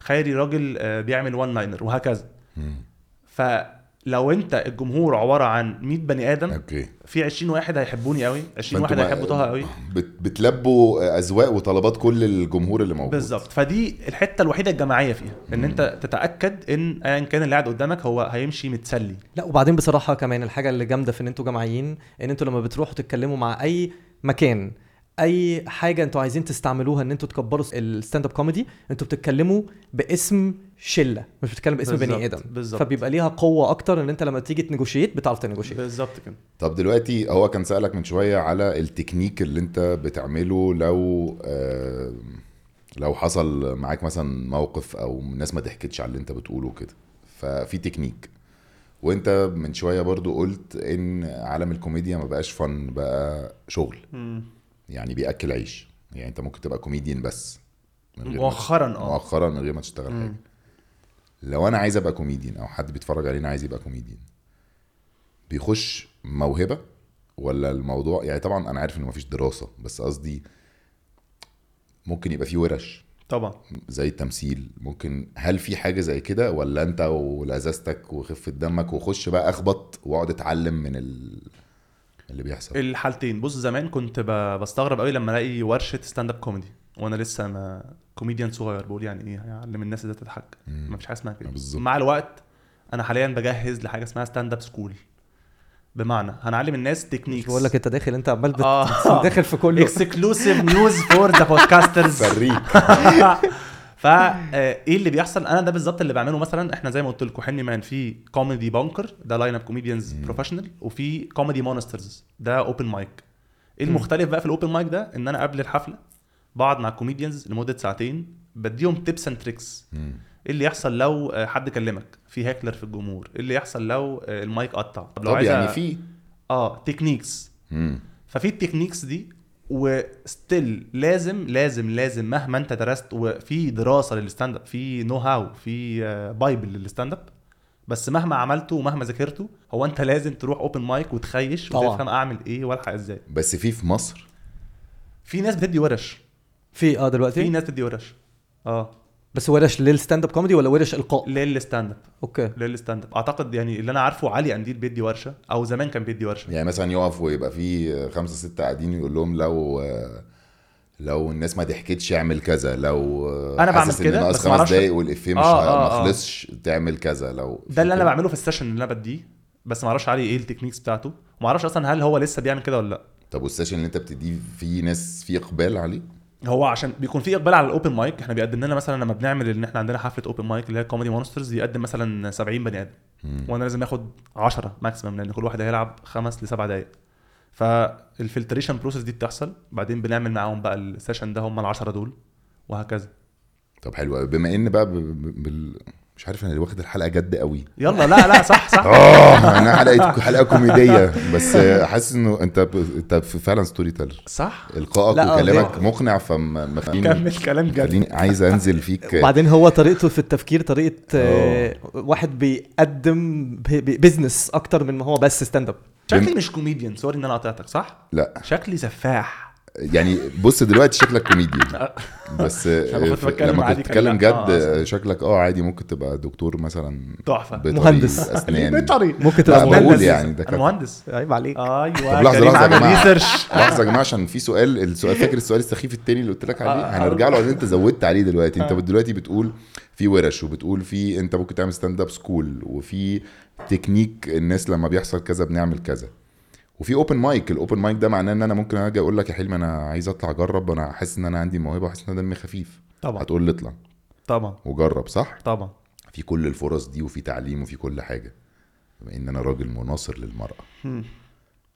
خيري راجل آه بيعمل وان لاينر وهكذا مم. فلو انت الجمهور عباره عن 100 بني ادم اوكي في 20 واحد هيحبوني قوي 20 فأنتوا واحد ما- هيحبوا طه قوي بت... بتلبوا اذواق وطلبات كل الجمهور اللي موجود بالظبط فدي الحته الوحيده الجماعيه فيها ان انت تتاكد ان ايا كان اللي قاعد قدامك هو هيمشي متسلي لا وبعدين بصراحه كمان الحاجه اللي جامده في ان انتوا جماعيين ان انتوا لما بتروحوا تتكلموا مع اي مكان اي حاجه انتوا عايزين تستعملوها ان انتوا تكبروا الستاند اب كوميدي انتوا بتتكلموا باسم شله مش بتتكلم باسم بني بالظبط، ادم بالظبط. فبيبقى ليها قوه اكتر ان انت لما تيجي تنجوشيت بتعرف تنجوشيت بالظبط كده طب دلوقتي هو كان سألك من شوية على التكنيك اللي انت بتعمله لو آه لو حصل معاك مثلا موقف او الناس ما ضحكتش على اللي انت بتقوله كده ففي تكنيك وانت من شوية برضو قلت ان عالم الكوميديا ما بقاش فن بقى شغل يعني بيأكل عيش يعني انت ممكن تبقى كوميديان بس من غير ما- مؤخرا اه مؤخرا من غير ما تشتغل مم. حاجة لو انا عايز ابقى كوميديان او حد بيتفرج علينا عايز يبقى كوميديان بيخش موهبه ولا الموضوع يعني طبعا انا عارف ان مفيش دراسه بس قصدي ممكن يبقى في ورش طبعا زي التمثيل ممكن هل في حاجه زي كده ولا انت ولذاذتك وخفه دمك وخش بقى اخبط واقعد اتعلم من ال... اللي إيه. بيحصل الحالتين بص زمان كنت ب- بستغرب قوي لما الاقي ورشه ستاند اب كوميدي وانا لسه ما كوميديان صغير بقول يعني ايه هيعلم الناس ازاي تضحك مم. ما فيش حاجه اسمها كده بالظبط. مع الوقت انا حاليا بجهز لحاجه اسمها ستاند اب سكول بمعنى هنعلم الناس مش تكنيكس بقول لك انت داخل انت عمال بت- اه داخل في كله اكسكلوسيف نيوز فور ذا بودكاسترز فريك فا آه، ايه اللي بيحصل انا ده بالظبط اللي بعمله مثلا احنا زي ما قلت لكم حلمي مان في كوميدي بانكر ده لاين اب كوميديانز بروفيشنال وفي كوميدي مونسترز ده اوبن مايك ايه المختلف بقى في الاوبن مايك ده ان انا قبل الحفله بقعد مع الكوميديانز لمده ساعتين بديهم تيبس اند تريكس مم. ايه اللي يحصل لو آه، حد كلمك في هاكلر في الجمهور ايه اللي يحصل لو آه، المايك قطع طب طب عايز يعني أ- في اه تكنيكس مم. ففي التكنيكس دي وستيل لازم لازم لازم مهما انت درست وفي دراسه للستاند اب في نو هاو في آه، بايبل للستاند اب بس مهما عملته ومهما ذاكرته هو انت لازم تروح اوبن مايك وتخيش طبعاً. وتفهم اعمل ايه والحق ازاي بس في في مصر في ناس بتدي ورش في اه في دلوقتي ناس بتدي ورش اه بس ورش للستاند اب كوميدي ولا ورش القاء للستاند اب اوكي للستاند اب اعتقد يعني اللي انا عارفه علي قنديل بيدي ورشه او زمان كان بيدي ورشه يعني مثلا يقف ويبقى في خمسة ستة قاعدين يقول لهم لو لو الناس ما ضحكتش اعمل كذا لو أنا بعمل حاسس إن كده، ناقص بس ما خمس أعرفش- دقايق والإفيه مش آه، آه آه، آه. ما خلصش تعمل كذا لو ده اللي انا بعمله في السيشن اللي انا بديه بس ما اعرفش علي ايه التكنيكس بتاعته ما اعرفش اصلا هل هو لسه بيعمل كده ولا لا طب والسيشن اللي انت بتديه فيه ناس في اقبال عليه هو عشان بيكون في اقبال على الاوبن مايك احنا بيقدم لنا مثلا لما بنعمل ان احنا عندنا حفله اوبن مايك اللي هي كوميدي مونسترز بيقدم مثلا 70 بني ادم مم. وانا لازم اخد 10 ماكسيمم لان كل واحد هيلعب خمس لسبع دقائق فالفلتريشن بروسيس دي بتحصل بعدين بنعمل معاهم بقى السيشن ده هم ال 10 دول وهكذا طب حلو قوي بما ان بقى ب... ب... بال... مش عارف انا واخد الحلقه جد قوي يلا لا لا صح صح اه انا حلقه حلقه كوميديه بس حاسس انه انت ب... انت فعلا ستوري تيلر صح القائك لا، آه، وكلامك ضحك. مقنع فما كمل كلام جد خليني عايز انزل فيك وبعدين هو طريقته في التفكير طريقه آه، واحد بيقدم بزنس اكتر من ما هو بس ستاند اب شكلي مش كوميديان سوري ان انا قطعتك صح لا شكلي سفاح يعني بص دلوقتي شكلك كوميديان آه. بس لما كنت ف- بتكلم لما عادي كنت بتتكلم كان- آه، جد شكلك اه عادي ممكن تبقى دكتور مثلا تحفه بيطري مهندس. اسنان بيطري ممكن لا تبقى بقول مهندس. يعني ده انا كان مهندس عيب عليك ايوه طب لحظة، كريم لحظة يا عامل جماعة. ريسيرش لحظه يا جماعه عشان في سؤال السؤال فاكر السؤال السخيف التاني اللي قلت لك عليه آه، هنرجع له عشان انت زودت عليه دلوقتي انت آه. دلوقتي بتقول في ورش وبتقول في انت ممكن تعمل ستاند اب سكول وفي تكنيك الناس لما بيحصل كذا بنعمل كذا وفي اوبن مايك الاوبن مايك ده معناه ان انا ممكن اجي اقول لك يا حلمي انا عايز اطلع اجرب انا حاسس ان انا عندي موهبه وحاسس ان انا دمي خفيف طبعا هتقول لي اطلع طبعا وجرب صح طبعا في كل الفرص دي وفي تعليم وفي كل حاجه بما ان انا راجل مناصر للمراه هم.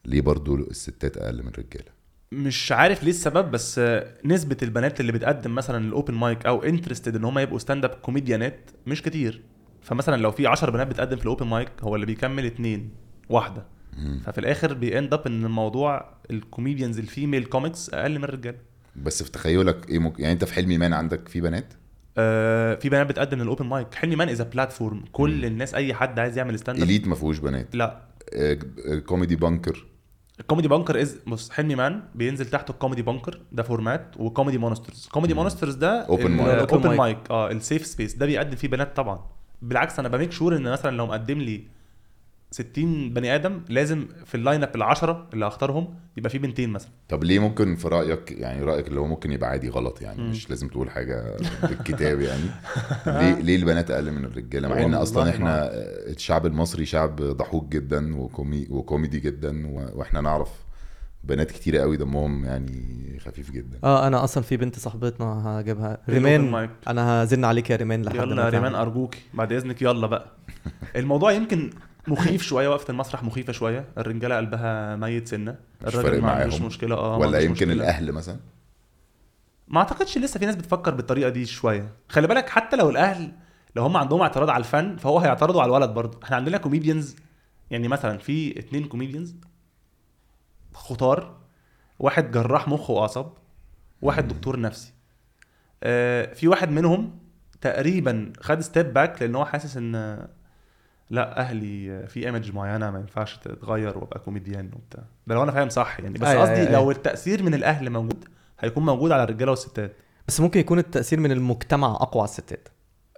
ليه برضو الستات اقل من الرجاله مش عارف ليه السبب بس آه، نسبة البنات اللي بتقدم مثلا الاوبن مايك او انترستد ان هم يبقوا ستاند اب كوميديانات مش كتير فمثلا لو في 10 بنات بتقدم في الاوبن مايك هو اللي بيكمل اتنين واحدة مم. ففي الاخر بيند اب ان الموضوع الكوميديانز الفيميل كوميكس اقل من الرجاله بس في تخيلك ايه ممكن يعني انت في حلمي مان عندك في بنات آه في بنات بتقدم للاوبن مايك حلمي مان از بلاتفورم كل الناس اي حد عايز يعمل ستاند اب اليت ما فيهوش بنات لا آه، آه، كوميدي بانكر الكوميدي بانكر از بص حلمي مان بينزل تحته الكوميدي بانكر ده فورمات وكوميدي مونسترز كوميدي مونسترز ده Open mic. ده open اوبن mic. مايك اه السيف سبيس ده بيقدم فيه بنات طبعا بالعكس انا بميك شور ان مثلا لو مقدم لي 60 بني ادم لازم في اللاين اب العشره اللي هختارهم يبقى فيه بنتين مثلا طب ليه ممكن في رايك يعني رايك اللي هو ممكن يبقى عادي غلط يعني مم. مش لازم تقول حاجه بالكتاب يعني ليه ليه البنات اقل من الرجاله مع ان والله اصلا ما احنا آه، الشعب المصري شعب ضحوك جدا وكومي وكوميدي جدا و- واحنا نعرف بنات كتيره قوي دمهم يعني خفيف جدا اه انا اصلا في بنت صاحبتنا هجيبها ال open ريمان mic. انا هزن عليك يا ريمان لحد يلا ما يا ريمان تعمل. ارجوكي بعد اذنك يلا بقى الموضوع يمكن مخيف شويه وقفه المسرح مخيفه شويه الرجاله قلبها ميت سنه مش فارق الراجل ما عندوش معاهم. مشكله اه ما ولا عندوش يمكن مشكلة. الاهل مثلا ما اعتقدش لسه في ناس بتفكر بالطريقه دي شويه خلي بالك حتى لو الاهل لو هم عندهم اعتراض على الفن فهو هيعترضوا على الولد برضه احنا عندنا كوميديانز يعني مثلا في اتنين كوميديانز خطار واحد جراح مخ واعصاب واحد دكتور نفسي آه، في واحد منهم تقريبا خد ستيب باك لان هو حاسس ان آه، لا اهلي آه، في ايمج معينه ما ينفعش تتغير وابقى كوميديان وبتاع ده لو انا فاهم صح يعني بس أيوة، قصدي أيوة، أيوة. لو التاثير من الاهل موجود هيكون موجود على الرجاله والستات بس ممكن يكون التأثير من المجتمع اقوى على الستات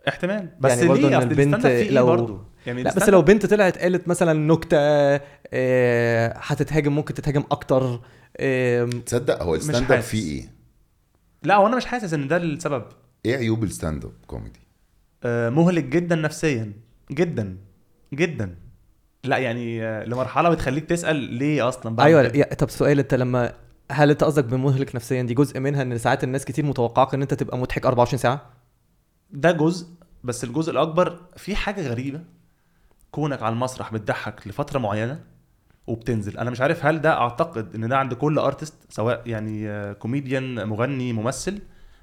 احتمال بس يعني برضه ليه إن أصل البنت الستاند اب فيه إيه لو- برضه؟ يعني لا بس الستاند لو اب بنت طلعت قالت مثلا نكته آه، هتتهاجم ممكن تتهاجم اكتر آه، تصدق هو الستاند اب حاسس. فيه ايه؟ لا وانا مش حاسس ان ده السبب ايه عيوب الستاند اب كوميدي؟ آه، مهلك جدا نفسيا جدا جدا لا يعني آه، لمرحله بتخليك تسال ليه اصلا بعمل ايوه كده؟ يا- طب سؤال انت لما هل انت قصدك بمهلك نفسيا دي جزء منها ان ساعات الناس كتير متوقعاك ان انت تبقى مضحك 24 ساعه ده جزء بس الجزء الاكبر في حاجه غريبه كونك على المسرح بتضحك لفتره معينه وبتنزل انا مش عارف هل ده اعتقد ان ده عند كل ارتست سواء يعني آه، كوميديان مغني ممثل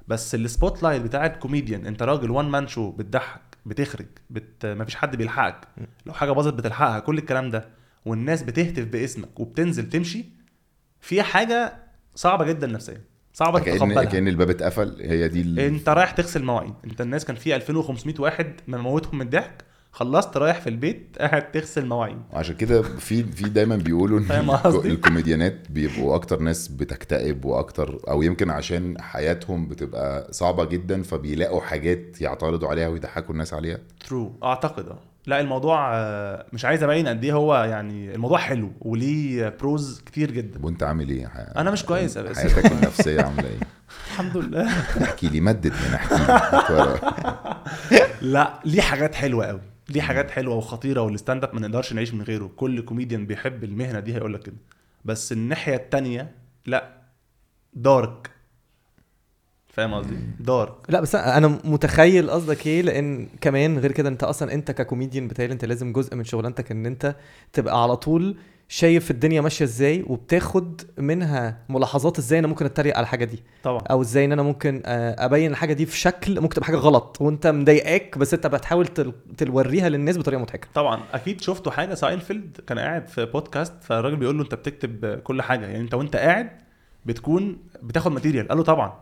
بس السبوت لايت بتاع الكوميديان انت راجل وان مان شو بتضحك بتخرج بت... مفيش حد بيلحقك لو حاجه باظت بتلحقها كل الكلام ده والناس بتهتف باسمك وبتنزل تمشي في حاجه صعبه جدا نفسيا صعبه كأن تتقبلها كأن الباب اتقفل هي دي ال... انت رايح تغسل مواعين انت الناس كان في 2500 واحد مموتهم من الضحك خلصت رايح في البيت قاعد تغسل مواعين عشان كده في في دايما بيقولوا ان فاهم الكو- قصدي؟ الكوميديانات بيبقوا اكتر ناس بتكتئب واكتر او يمكن عشان حياتهم بتبقى صعبه جدا فبيلاقوا حاجات يعترضوا عليها ويضحكوا الناس عليها ترو اعتقد اه لا الموضوع آه، مش عايز ابين قد ايه هو يعني الموضوع حلو وليه بروز كتير جدا طب وانت عامل ايه؟ ح... انا مش كويس يا بس حياتك النفسيه عامله ايه؟ الحمد لله احكي لي مدد هنا احكي لي لا ليه حاجات حلوه قوي ليه حاجات حلوه وخطيره والستاند اب ما نقدرش نعيش من غيره كل كوميديان بيحب المهنه دي هيقول لك كده بس الناحيه التانية لا دارك فاهم قصدي؟ دار لا بس انا متخيل قصدك ايه لان كمان غير كده انت اصلا انت ككوميديان بتهيألي انت لازم جزء من شغلانتك ان انت تبقى على طول شايف الدنيا ماشيه ازاي وبتاخد منها ملاحظات ازاي انا ممكن اتريق على الحاجه دي طبعا او ازاي ان انا ممكن آه، ابين الحاجه دي في شكل ممكن تبقى حاجه غلط وانت مضايقاك بس انت بتحاول تل- توريها للناس بطريقه مضحكه طبعا اكيد شفتوا حاجه ساينفيلد كان قاعد في بودكاست فالراجل بيقول له انت بتكتب كل حاجه يعني انت وانت قاعد بتكون بتاخد ماتيريال قال له طبعا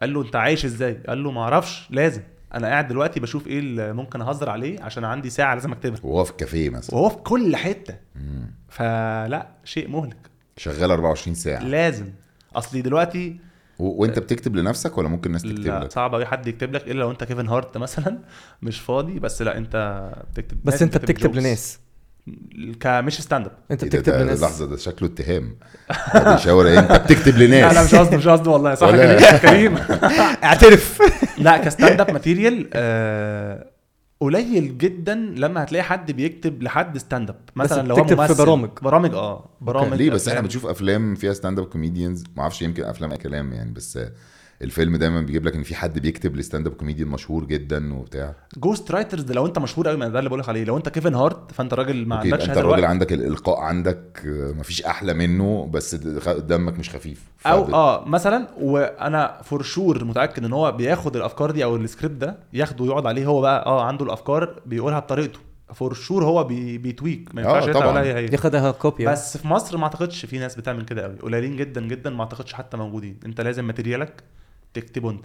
قال له انت عايش ازاي قال له ما اعرفش لازم انا قاعد دلوقتي بشوف ايه اللي ممكن اهزر عليه عشان عندي ساعه لازم اكتبها وهو في كافيه مثلا وهو في كل حته مم. فلا شيء مهلك شغال 24 ساعه لازم اصلي دلوقتي و... وانت بتكتب لنفسك ولا ممكن الناس تكتب لا لك صعب قوي حد يكتب لك الا لو انت كيفن هارت مثلا مش فاضي بس لا انت بتكتب بس لازم انت بتكتب jokes. لناس كمش ستاند اب انت إيه ده- بتكتب ده- ده لناس لحظه ده شكله اتهام ده بيشاور ايه انت بتكتب لناس لا لا مش قصدي مش قصدي والله صح ولا- كريم كريم اعترف لا كستاند اب ماتيريال آه، قليل جدا لما هتلاقي حد بيكتب لحد ستاند اب مثلا لو هو بتكتب في ممثل برامج. برامج اه برامج ليه بس أفلام. احنا بنشوف افلام فيها ستاند اب كوميديانز ما اعرفش يمكن افلام كلام يعني بس الفيلم دايما بيجيب لك ان في حد بيكتب لستاند اب كوميديان مشهور جدا وبتاع جوست رايترز ده لو انت مشهور قوي ما ده اللي بقولك عليه لو انت كيفن هارت فانت راجل ما اوكي يبقى عندكش انت هذا الراجل الوقت عندك الالقاء عندك آه، مفيش احلى منه بس د- دمك مش خفيف او فده- اه مثلا وانا فور شور متاكد ان هو بياخد الافكار دي او السكريبت ده ياخده ويقعد عليه هو بقى اه عنده الافكار بيقولها بطريقته فور شور هو بي بيتويك ما آه، ينفعش يطلع طبعاً. ولا هي ياخدها كوبي بس في مصر ما اعتقدش في ناس بتعمل كده قوي قليلين جدا جدا ما اعتقدش حتى موجودين انت لازم ماتيريالك تكتبه انت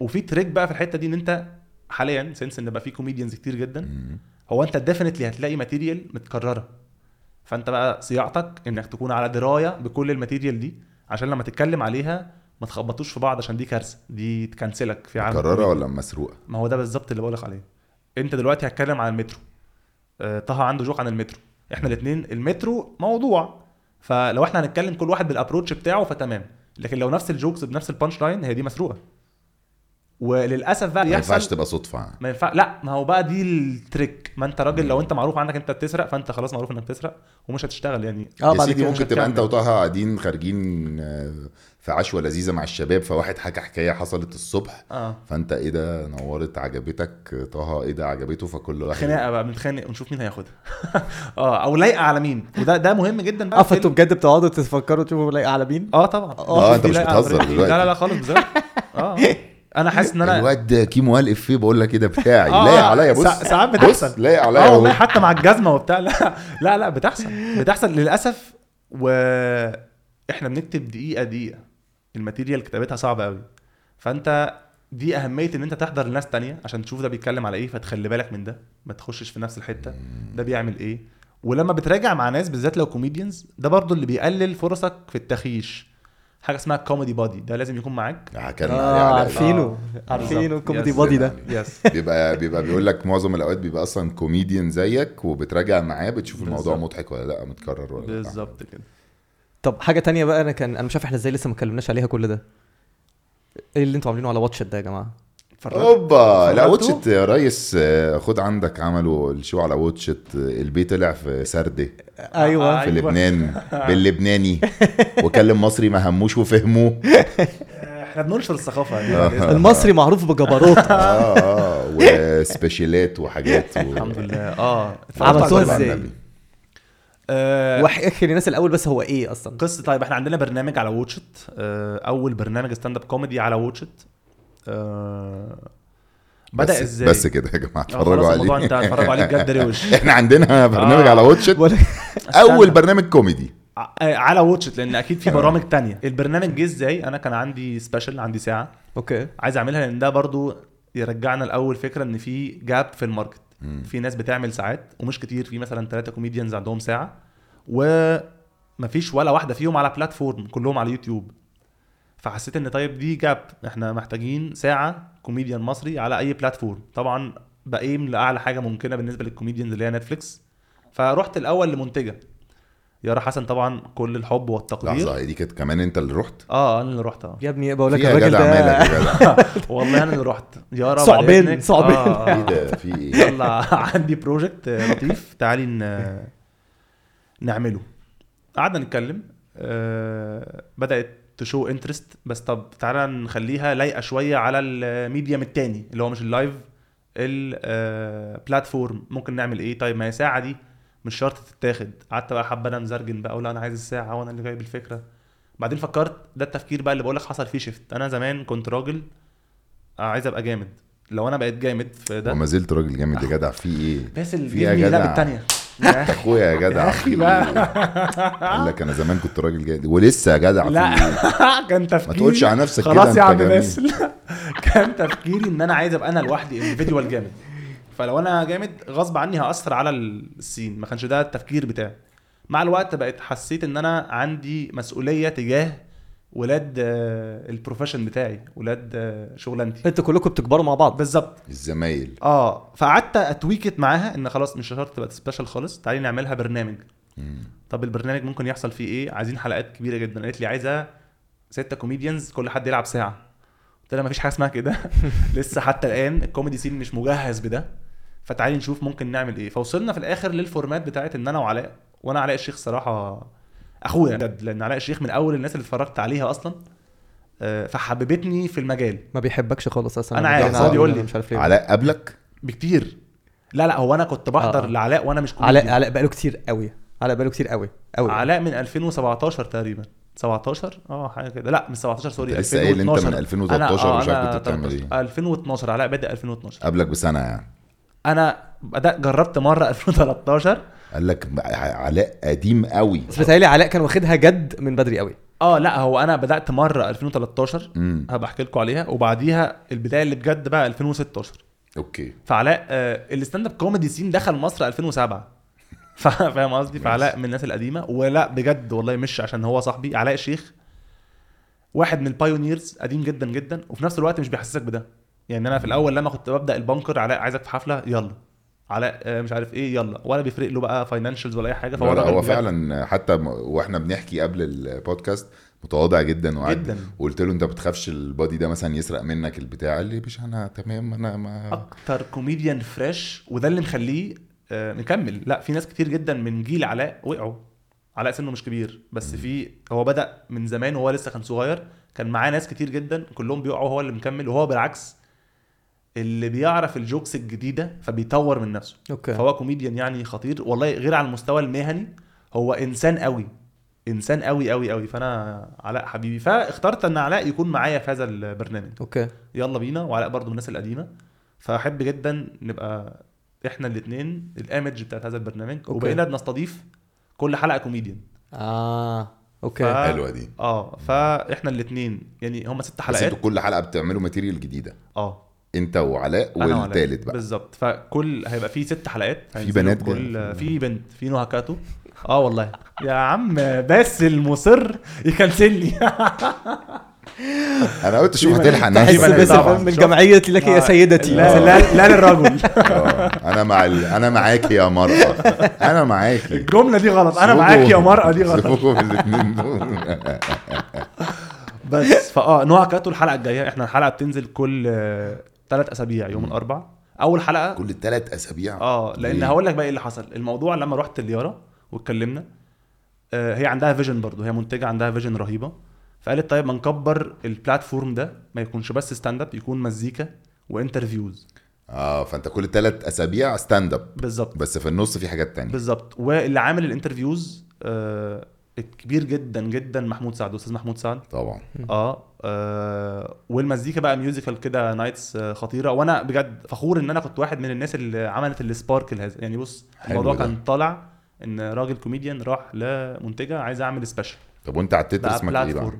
وفي تريك بقى في الحته دي ان انت حاليا سنس ان بقى في كوميديانز كتير جدا مم. هو انت ديفنتلي هتلاقي ماتيريال متكرره فانت بقى صياعتك انك تكون على درايه بكل الماتيريال دي عشان لما تتكلم عليها ما تخبطوش في بعض عشان دي كارثه دي تكنسلك في عالم مكرره ولا مسروقه ما هو ده بالظبط اللي بقولك عليه انت دلوقتي هتكلم عن المترو آه، طه عنده جوك عن المترو احنا الاثنين المترو موضوع فلو احنا هنتكلم كل واحد بالابروتش بتاعه فتمام لكن لو نفس الجوكس بنفس البانش لاين هي دي مسروقه وللاسف بقى ما ينفعش بيحصل تبقى صدفه ما ينفع لا ما هو بقى دي التريك ما انت راجل لو انت معروف عنك انت بتسرق فانت خلاص معروف انك بتسرق ومش هتشتغل يعني اه يا بعد سيدي كده ممكن تبقى هتكمل. انت وطه قاعدين خارجين آه، في عشوه لذيذه مع الشباب فواحد حكى حكايه حصلت الصبح اه فانت ايه ده نورت عجبتك طه ايه ده عجبته فكل واحد خناقه بقى بنتخانق ونشوف مين هياخدها اه او لايقه على مين وده ده مهم جدا بقى اه في ال- فانتوا بجد بتقعدوا تفكروا تشوفوا لايق على مين اه طبعا اه، شوف انت دي مش لا- بتهزر لا- دلوقتي. لا لا خالص بصراحه اه آه. انا حاسس ان انا الواد كيمو قال افيه بقول لك كده بتاعي آه، لايق آه، عليا بص سا- ساعات بص بتحصل لايق عليا اه والله اهو حتى مع الجزمه وبتاع لا لا لا بتحصل بتحصل للاسف و احنا بنكتب دقيقه دقيقه الماتيريال كتابتها صعبه قوي فانت دي اهميه ان انت تحضر لناس تانية عشان تشوف ده بيتكلم على ايه فتخلي بالك من ده ما تخشش في نفس الحته ده بيعمل ايه ولما بتراجع مع ناس بالذات لو كوميديانز ده برضو اللي بيقلل فرصك في التخيش حاجه اسمها كوميدي بادي ده لازم يكون معاك حكرنا آه، عليه اه على عارفينه بالظبط. عارفينه الكوميدي يس. بادي ده يس بيبقى بيبقى بيقول لك معظم الاوقات بيبقى اصلا كوميديان زيك وبتراجع معاه بتشوف الموضوع بالظبط. مضحك ولا لا متكرر ولا لا بالظبط كده طب حاجه تانية بقى انا كان انا مش عارف احنا ازاي لسه ما اتكلمناش عليها كل ده ايه اللي انتوا عاملينه على واتشت ده يا جماعه اتفرجت؟ اوبا لا فرجته؟ واتشت يا ريس آه، خد عندك عملوا الشو على واتشت آه، البيت طلع في سردة ايوه في أيوة. لبنان باللبناني وكلم مصري ما هموش وفهموه آه، احنا بننشر الثقافه يعني آه. آه. المصري معروف بجبروته اه اه وسبيشالات وحاجات و... الحمد لله آه، اه اتفرجت على عملتوها البرنامج. ازاي؟ آه، واحكي للناس الاول بس هو ايه اصلا قصه طيب احنا عندنا برنامج على واتشت آه، اول برنامج ستاند اب كوميدي على واتشت آه، بس- بدا ازاي بس كده يا جماعه آه، خلاص اتفرجوا الموضوع عليه انت اتفرجوا عليه بجد روش احنا عندنا برنامج آه. على واتشت بقول لك اول برنامج كوميدي ع- آه، على واتشت لان اكيد آه. في برامج تانية البرنامج جه ازاي انا كان عندي سبيشال عندي ساعه اوكي عايز اعملها لان ده برضو يرجعنا لاول فكره ان في جاب في الماركت مم. في ناس بتعمل ساعات ومش كتير في مثلا ثلاثه كوميديانز عندهم ساعه ومفيش ولا واحده فيهم على بلاتفورم كلهم على يوتيوب فحسيت ان طيب دي جاب احنا محتاجين ساعه كوميديان مصري على اي بلاتفورم طبعا بقيم لاعلى حاجه ممكنه بالنسبه للكوميديانز اللي هي نتفليكس فرحت الاول لمنتجه يارا حسن طبعا كل الحب والتقدير لحظه هي دي كانت كمان انت اللي رحت اه انا اللي رحت اه يا ابني بقول لك في إيه يا الراجل جدع ده مالك يا جدع؟ والله انا اللي رحت يا رب صعبين- عليك. صعبين. آه، ايه آه. ده في ايه يلا عندي بروجكت لطيف تعالي ن- نعمله قعدنا نتكلم آه، بدات تشو انترست بس طب تعالى نخليها لايقه شويه على الميديم التاني اللي هو مش اللايف البلاتفورم ممكن نعمل ايه طيب ما هي ساعه دي مش شرط تتاخد قعدت بقى حبه انا مزرجن بقى ولا انا عايز الساعه وانا اللي جايب الفكره بعدين فكرت ده التفكير بقى اللي بقولك حصل فيه شيفت انا زمان كنت راجل آه، عايز ابقى جامد لو انا بقيت جامد في ده وما زلت راجل جامد يا جدع في ايه؟ بس في يا الجبنه لا جدع. بالتانيه يا أخي- اخويا يا يا جدع اخي في بقى إيه؟ قال لك انا زمان كنت راجل جامد ولسه يا جدع في لا إيه؟ كان تفكيري ما تقولش على نفسك كده خلاص أنت يا عم جميل. باسل كان تفكيري ان انا عايز ابقى انا لوحدي individual جامد فلو انا جامد غصب عني هاثر على السين ما كانش ده التفكير بتاعي مع الوقت بقيت حسيت ان انا عندي مسؤوليه تجاه ولاد آه، البروفيشن بتاعي ولاد آه، شغلانتي انتوا كلكم بتكبروا مع بعض بالظبط الزمايل اه فقعدت اتويكت معاها ان خلاص مش شرط تبقى سبيشال خالص تعالي نعملها برنامج مم. طب البرنامج ممكن يحصل فيه ايه عايزين حلقات كبيره جدا قالت لي عايزه ستة كوميديانز كل حد يلعب ساعه قلت لها مفيش حاجه اسمها كده لسه حتى الان الكوميدي سين مش مجهز بده فتعالي نشوف ممكن نعمل ايه فوصلنا في الاخر للفورمات بتاعت ان انا وعلاء وانا علاء الشيخ صراحه اخويا بجد لان علاء الشيخ من اول الناس اللي اتفرجت عليها اصلا آه، فحببتني في المجال ما بيحبكش خالص اصلا أنا لما عارف، بيجي صعب على- يقول لي. مش عارف ليه علاء قبلك بكتير لا لا هو انا كنت بحضر آه. لعلاء وانا مش علاء كوميديان علاء بقاله كتير قوي علاء بقاله كتير قوي قوي علاء من 2017 تقريبا 17 اه حاجه كده لا مش 17 سوري أنت لسه قايل انت من 2013 مش عارف عارف كنت بتعمل ايه 2012 علاء بادئ 2012 قبلك بسنه يعني انا بدات جربت مره 2013 قال لك علاء قديم قوي بس بتهيألي علاء كان واخدها جد من بدري قوي اه لا هو انا بدات مره 2013 امم هبقى احكي لكم عليها وبعديها البدايه اللي بجد بقى 2016 اوكي فعلاء آه الستاند اب كوميدي سين دخل مصر 2007 فا- فاهم قصدي فعلاء من الناس القديمه ولا بجد والله مش عشان هو صاحبي علاء شيخ واحد من البايونيرز قديم جدا جدا وفي نفس الوقت مش بيحسسك بده يعني انا في الاول لما كنت ببدا البنكر علاء عايزك في حفله يلا علاء آه، مش عارف ايه يلا ولا بيفرق له بقى فاينانشلز ولا اي حاجه لا، لا، راجل هو بجد فعلا حتى م- واحنا بنحكي قبل البودكاست متواضع جدا وقعد جدا وقلت له انت بتخافش البادي ده مثلا يسرق منك البتاع قال لي مش انا تمام انا ما اكتر كوميديان فريش وده اللي مخليه آه، مكمل لا في ناس كتير جدا من جيل علاء وقعوا علاء سنه مش كبير بس في هو بدا من زمان وهو لسه كان صغير كان معاه ناس كتير جدا كلهم بيقعوا هو اللي مكمل وهو بالعكس اللي بيعرف الجوكس الجديده فبيطور من نفسه اوكي فهو كوميديان يعني خطير والله غير على المستوى المهني هو انسان قوي انسان قوي قوي قوي فانا علاء حبيبي فاخترت ان علاء يكون معايا في هذا البرنامج اوكي يلا بينا وعلاء برضو من الناس القديمه فاحب جدا نبقى احنا الاثنين الايمج بتاعت هذا البرنامج أوكي. وبقينا بنستضيف كل حلقه كوميديان اه ف- اوكي حلوه دي اه فاحنا الاثنين يعني هم ست بس حلقات انتوا كل حلقه بتعملوا ماتيريال جديده اه انت وعلاء أنا وعلاء. والتالت بقى بالظبط فكل هيبقى في ست حلقات هينزلوا بنات كل جاية. في بنت في نهى كاتو اه والله يا عم بس المصر يكنسلني انا قلت شوف في هتلحق بنات- في تحس بنات نفسك بس طبعاً. طبعا من جمعيه لك يا آه. سيدتي لا لا لا للرجل آه، انا مع ال... انا معاك يا مرأة انا معاك الجمله دي غلط انا معاك يا مرأة دي غلط سيبكم الاثنين دول بس فاه نوع كاتو الحلقه الجايه احنا الحلقه بتنزل كل ثلاث اسابيع يوم الاربع اول حلقه كل ثلاث اسابيع اه لان ليه؟ هقول لك بقى ايه اللي حصل الموضوع لما رحت اليارا واتكلمنا آه، هي عندها فيجن برضو هي منتجه عندها فيجن رهيبه فقالت طيب ما نكبر البلاتفورم ده ما يكونش بس ستاند اب يكون مزيكا وانترفيوز اه فانت كل ثلاث اسابيع ستاند اب بالظبط بس في النص في حاجات تانية بالظبط واللي عامل الانترفيوز آه، الكبير جدا جدا محمود سعد استاذ محمود سعد طبعا اه آه، والمزيكا بقى ميوزيكال كده نايتس آه، خطيره وانا بجد فخور ان انا كنت واحد من الناس اللي عملت السباركل هذا يعني بص حلو الموضوع ده. كان طالع ان راجل كوميديان راح لمنتجه عايز اعمل سبيشال طب وانت عدت بقى اسمك ايه بقى؟ بلاتفورم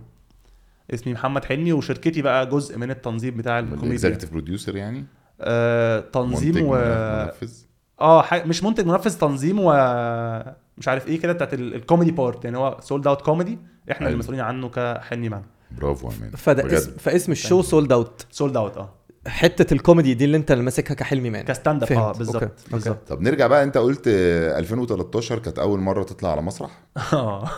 اسمي محمد حلمي وشركتي بقى جزء من التنظيم بتاع الكوميديا الاكزكتيف بروديوسر يعني آه تنظيم و منفذ اه حاجة- مش منتج منفذ تنظيم و مش عارف ايه كده بتاعت ال- الكوميدي بارت يعني هو سولد اوت كوميدي احنا اللي حلو. مسؤولين عنه كحلمي معنا برافو يا مان فده بجد. اسم فاسم الشو سولد اوت سولد اوت اه حته الكوميدي دي اللي انت اللي ماسكها كحلمي مان كستاند اب فهمت. اه بالظبط أوكي. بالظبط طب نرجع بقى انت قلت آه، 2013 كانت اول مره تطلع على مسرح اه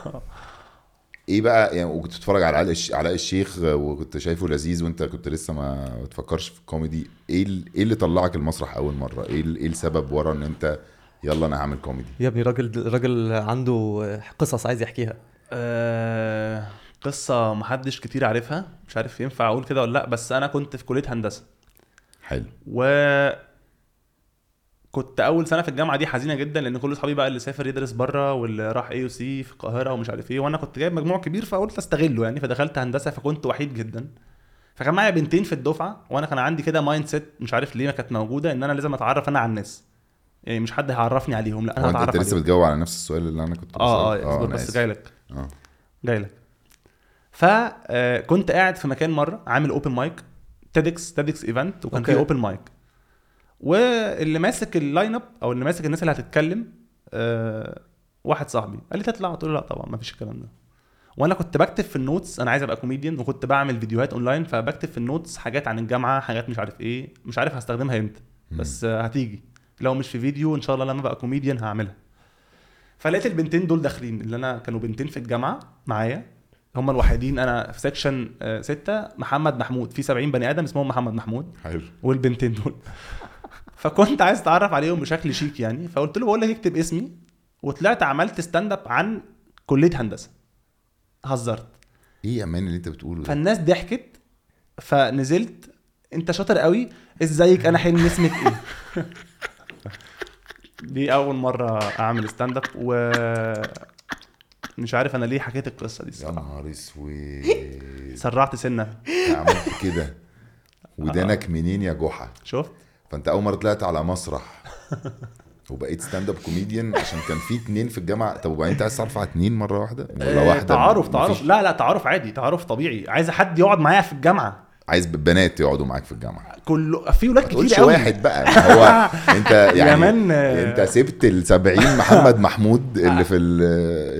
ايه بقى يعني وكنت بتتفرج على علاء الش- علاء الشيخ آه، وكنت شايفه لذيذ وانت كنت لسه ما بتفكرش في الكوميدي ايه ال- ايه اللي طلعك المسرح اول مره ايه ال- ايه السبب ورا ان انت يلا انا هعمل كوميدي يا ابني راجل راجل عنده قصص عايز يحكيها آه، قصه محدش كتير عارفها مش عارف ينفع اقول كده ولا لا بس انا كنت في كليه هندسه حلو و كنت اول سنه في الجامعه دي حزينه جدا لان كل اصحابي بقى اللي سافر يدرس بره واللي راح اي سي في القاهره ومش عارف ايه وانا كنت جايب مجموع كبير فقلت استغله يعني فدخلت هندسه فكنت وحيد جدا فكان معايا بنتين في الدفعه وانا كان عندي كده مايند سيت مش عارف ليه ما كانت موجوده ان انا لازم اتعرف انا على الناس يعني مش حد هيعرفني عليهم لا انا هو انت هتعرف أنت لسه آه، عليهم بتجاوب على نفس السؤال اللي انا كنت اه اه بسأله؟ اصبر أنا بس آسف. جاي لك اه جاي لك فكنت قاعد في مكان مره عامل اوبن مايك تيدكس تيدكس ايفنت وكان في أوكي. اوبن مايك واللي ماسك اللاين اب او اللي ماسك الناس اللي هتتكلم آه، واحد صاحبي قال لي تطلع قلت له لا طبعا ما فيش الكلام ده وانا كنت بكتب في النوتس انا عايز ابقى كوميديان وكنت بعمل فيديوهات اونلاين فبكتب في النوتس حاجات عن الجامعه حاجات مش عارف ايه مش عارف هستخدمها امتى بس آه، هتيجي لو مش في فيديو ان شاء الله لما ابقى كوميديان هعملها فلقيت البنتين دول داخلين اللي انا كانوا بنتين في الجامعه معايا هم الوحيدين انا في سيكشن آه، ستة محمد محمود في 70 بني ادم اسمهم محمد محمود حلو والبنتين دول فكنت عايز اتعرف عليهم بشكل شيك يعني فقلت له بقول لك اكتب اسمي وطلعت عملت ستاند اب عن كليه هندسه هزرت ايه يا مان اللي انت بتقوله ده؟ فالناس ضحكت فنزلت انت شاطر قوي ازيك انا حلمي اسمك ايه دي اول مره اعمل ستاند اب و مش عارف انا ليه حكيت القصه دي يا الصراحه نهار اسود سرعت سنه عملت كده آه. ودانك منين يا جحا شفت فانت اول مره طلعت على مسرح وبقيت ستاند اب كوميديان عشان كان في اتنين في الجامعه طب وبعدين انت عايز تعرف على اتنين مره واحده ولا آه، واحده تعارف مفيش- تعارف لا لا تعارف عادي تعارف طبيعي عايز حد يقعد معايا في الجامعه عايز بنات يقعدوا معاك في الجامعه كله في ولاد ما كتير تقولش قوي واحد بقى هو انت يا يعني مان آه، انت سبت ال 70 محمد محمود اللي في ال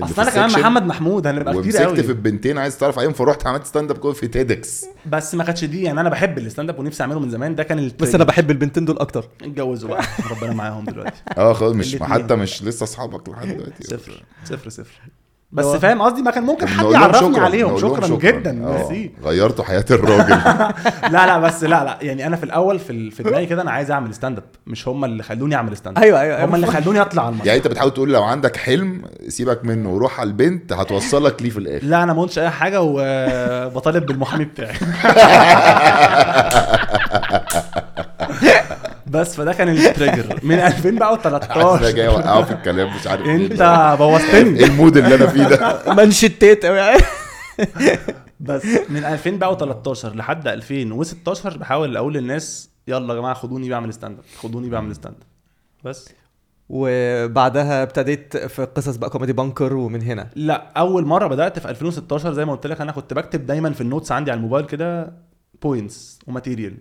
اللي في اصل انا كمان السكشن محمد محمود هنبقى كتير ومسكت قوي في البنتين عايز تعرف عليهم فرحت عملت ستاند اب كوميدي في تيدكس بس ما كانتش دي يعني انا بحب الستاند اب ونفسي اعمله من زمان ده كان بس انا بحب البنتين دول اكتر اتجوزوا بقى ربنا معاهم دلوقتي اه خلاص مش الاتنين. حتى مش لسه اصحابك لحد دلوقتي صفر صفر صفر بس هو- فاهم قصدي ما كان ممكن طب حد نقول لهم يعرفني شكراً، عليهم نقول لهم شكرا جدا آه، ميرسي غيرتوا حياه الراجل لا لا بس لا لا يعني انا في الاول في ال- في دماغي كده انا عايز اعمل ستاند اب مش هم اللي خلوني اعمل ستاند اب ايوه ايوه هم اللي خلوني اطلع على المسرح يعني انت بتحاول تقول لو عندك حلم سيبك منه وروح على البنت هتوصلك ليه في الاخر لا انا ما قلتش اي حاجه وبطالب بالمحامي بتاعي بس فده كان التريجر من 2013 انا جاي اوقعه في الكلام مش عارف ايه ده. انت بوظتني ايه المود اللي انا فيه ده منشتيت قوي بس من 2013 لحد 2016 بحاول اقول للناس يلا يا جماعه خدوني بعمل ستاند اب خدوني بعمل ستاند اب بس وبعدها ابتديت في قصص بقى كوميدي بانكر ومن هنا لا اول مره بدات في 2016 زي ما قلت لك انا كنت بكتب دايما في النوتس عندي على الموبايل كده بوينتس وماتيريال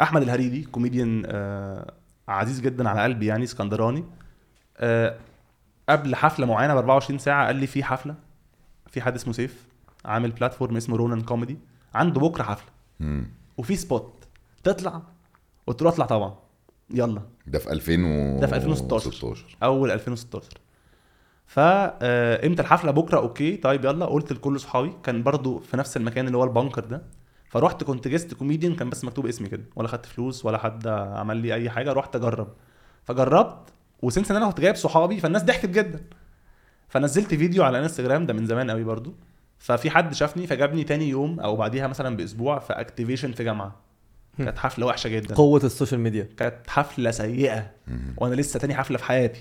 احمد الهريدي كوميديان آه عزيز جدا على قلبي يعني اسكندراني آه قبل حفله معينه ب 24 ساعه قال لي في حفله في حد اسمه سيف عامل بلاتفورم اسمه رونان كوميدي عنده بكره حفله مم. وفي سبوت تطلع قلت له اطلع طبعا يلا ده في 2000 و... ده في 2016. اول 2016 فا آه، امتى الحفله بكره اوكي طيب يلا قلت لكل صحابي كان برضو في نفس المكان اللي هو البنكر ده فروحت كنت جست كوميديان كان بس مكتوب اسمي كده ولا خدت فلوس ولا حد عمل لي اي حاجه رحت اجرب فجربت وسنس ان انا كنت جايب صحابي فالناس ضحكت جدا فنزلت فيديو على انستجرام ده من زمان قوي برضو ففي حد شافني فجابني تاني يوم او بعديها مثلا باسبوع في اكتيفيشن في جامعه هم. كانت حفله وحشه جدا قوه السوشيال ميديا كانت حفله سيئه مم. وانا لسه تاني حفله في حياتي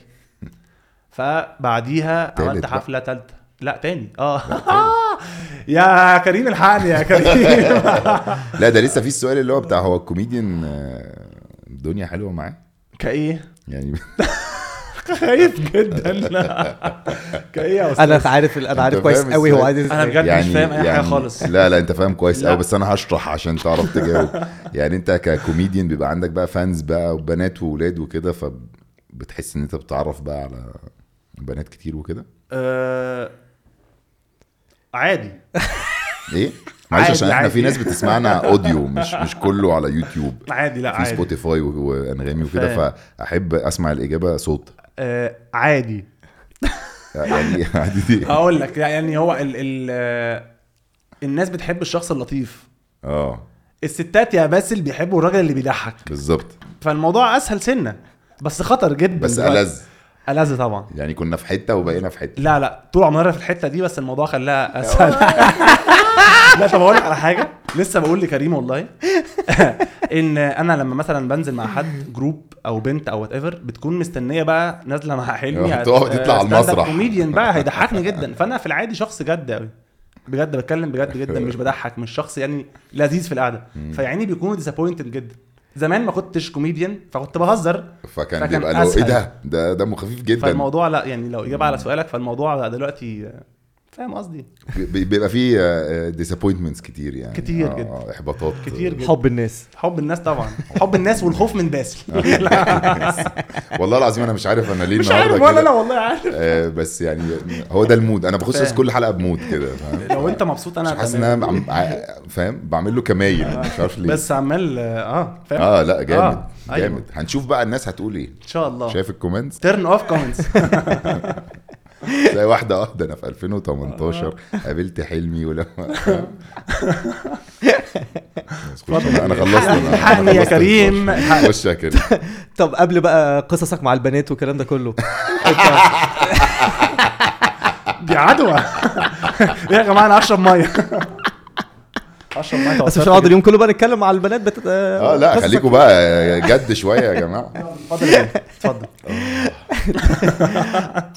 فبعديها تالت عملت بقى. حفله ثالثه لا تاني اه يا كريم الحقني يا كريم لا ده لسه في السؤال اللي هو بتاع هو الكوميديان آه، الدنيا حلوه معاه كايه يعني خايف جدا كايه يا استاذ انا عارف انا عارف أنت كويس فاهم قوي هو إزاي؟ عايز أنا بجد- مش فاهم أي حاجة خالص. يعني لا لا انت فاهم كويس لا. قوي بس انا هشرح عشان تعرف تجاوب يعني انت ككوميديان بيبقى عندك بقى فانز بقى وبنات واولاد وكده فبتحس ان انت بتتعرف بقى على بنات كتير وكده آه، عادي ايه معلش عادي، عشان احنا عادي. في ناس بتسمعنا اوديو مش مش كله على يوتيوب عادي لا في عادي سبوتيفاي و- وانغامي وكده فاهم. فاحب اسمع الاجابه صوت آه، عادي يعني عادي دي هقول لك يعني هو ال ال آه، الناس بتحب الشخص اللطيف اه الستات يا باسل بيحبوا الراجل اللي بيضحك بالظبط فالموضوع اسهل سنه بس خطر جدا بس دلوقتي. ألذ ألذ طبعا يعني كنا في حته وبقينا في حته لا لا طول عمرنا في الحته دي بس الموضوع خلاها اسهل لا طب اقول لك على حاجه لسه بقول لكريم والله ان انا لما مثلا بنزل مع حد جروب او بنت او وات ايفر بتكون مستنيه بقى نازله مع حلمي أيوة، تقعد تطلع على المسرح. كوميديان بقى هيضحكني جدا فانا في العادي شخص جد قوي بجد بتكلم بجد جدا مش بضحك مش شخص يعني لذيذ في القعده فيعني بيكونوا ديسابوينتد جدا زمان ما كنتش كوميديان فكنت بهزر فكان فكان بيبقى له ايه أسهل. ده ده دمه خفيف جدا فالموضوع لا يعني لو اجابه على سؤالك فالموضوع دلوقتي فاهم قصدي بي- بيبقى فيه ديسابوينتمنتس كتير يعني كتير آه، جدا. آه، احباطات كتير جدا حب الناس حب الناس طبعا حب الناس والخوف من باسل والله العظيم انا مش عارف انا ليه مش آه. النهارده عارف كده. ولا انا والله عارف آه، بس يعني هو ده المود انا بخش فاهم. كل حلقه بمود كده فاهم؟ لو انت مبسوط مش انا حاسس ان تمام. آه. انا عم- ع- فاهم بعمل له كمايل مش عارف ليه بس عمال اه فاهم اه لا جامد آه، أيوة. جامد هنشوف بقى الناس هتقول ايه ان شاء الله شايف الكومنتس تيرن اوف كومنتس تلاقي واحده اه ده انا في 2018 آه. قابلت حلمي ولما خش بقى، انا خلصت أنا- أنا الحقني يا خلصت كريم النقاش. خش يا كريم طب قبل بقى قصصك مع البنات والكلام ده كله دي عدوى ايه يا جماعه انا اشرب ميه اشرب ميه بس مش هنقعد اليوم كله بقى نتكلم مع البنات بت... اه لا خليكم بقى جد شويه يا جماعه اتفضل يا بنت، اتفضل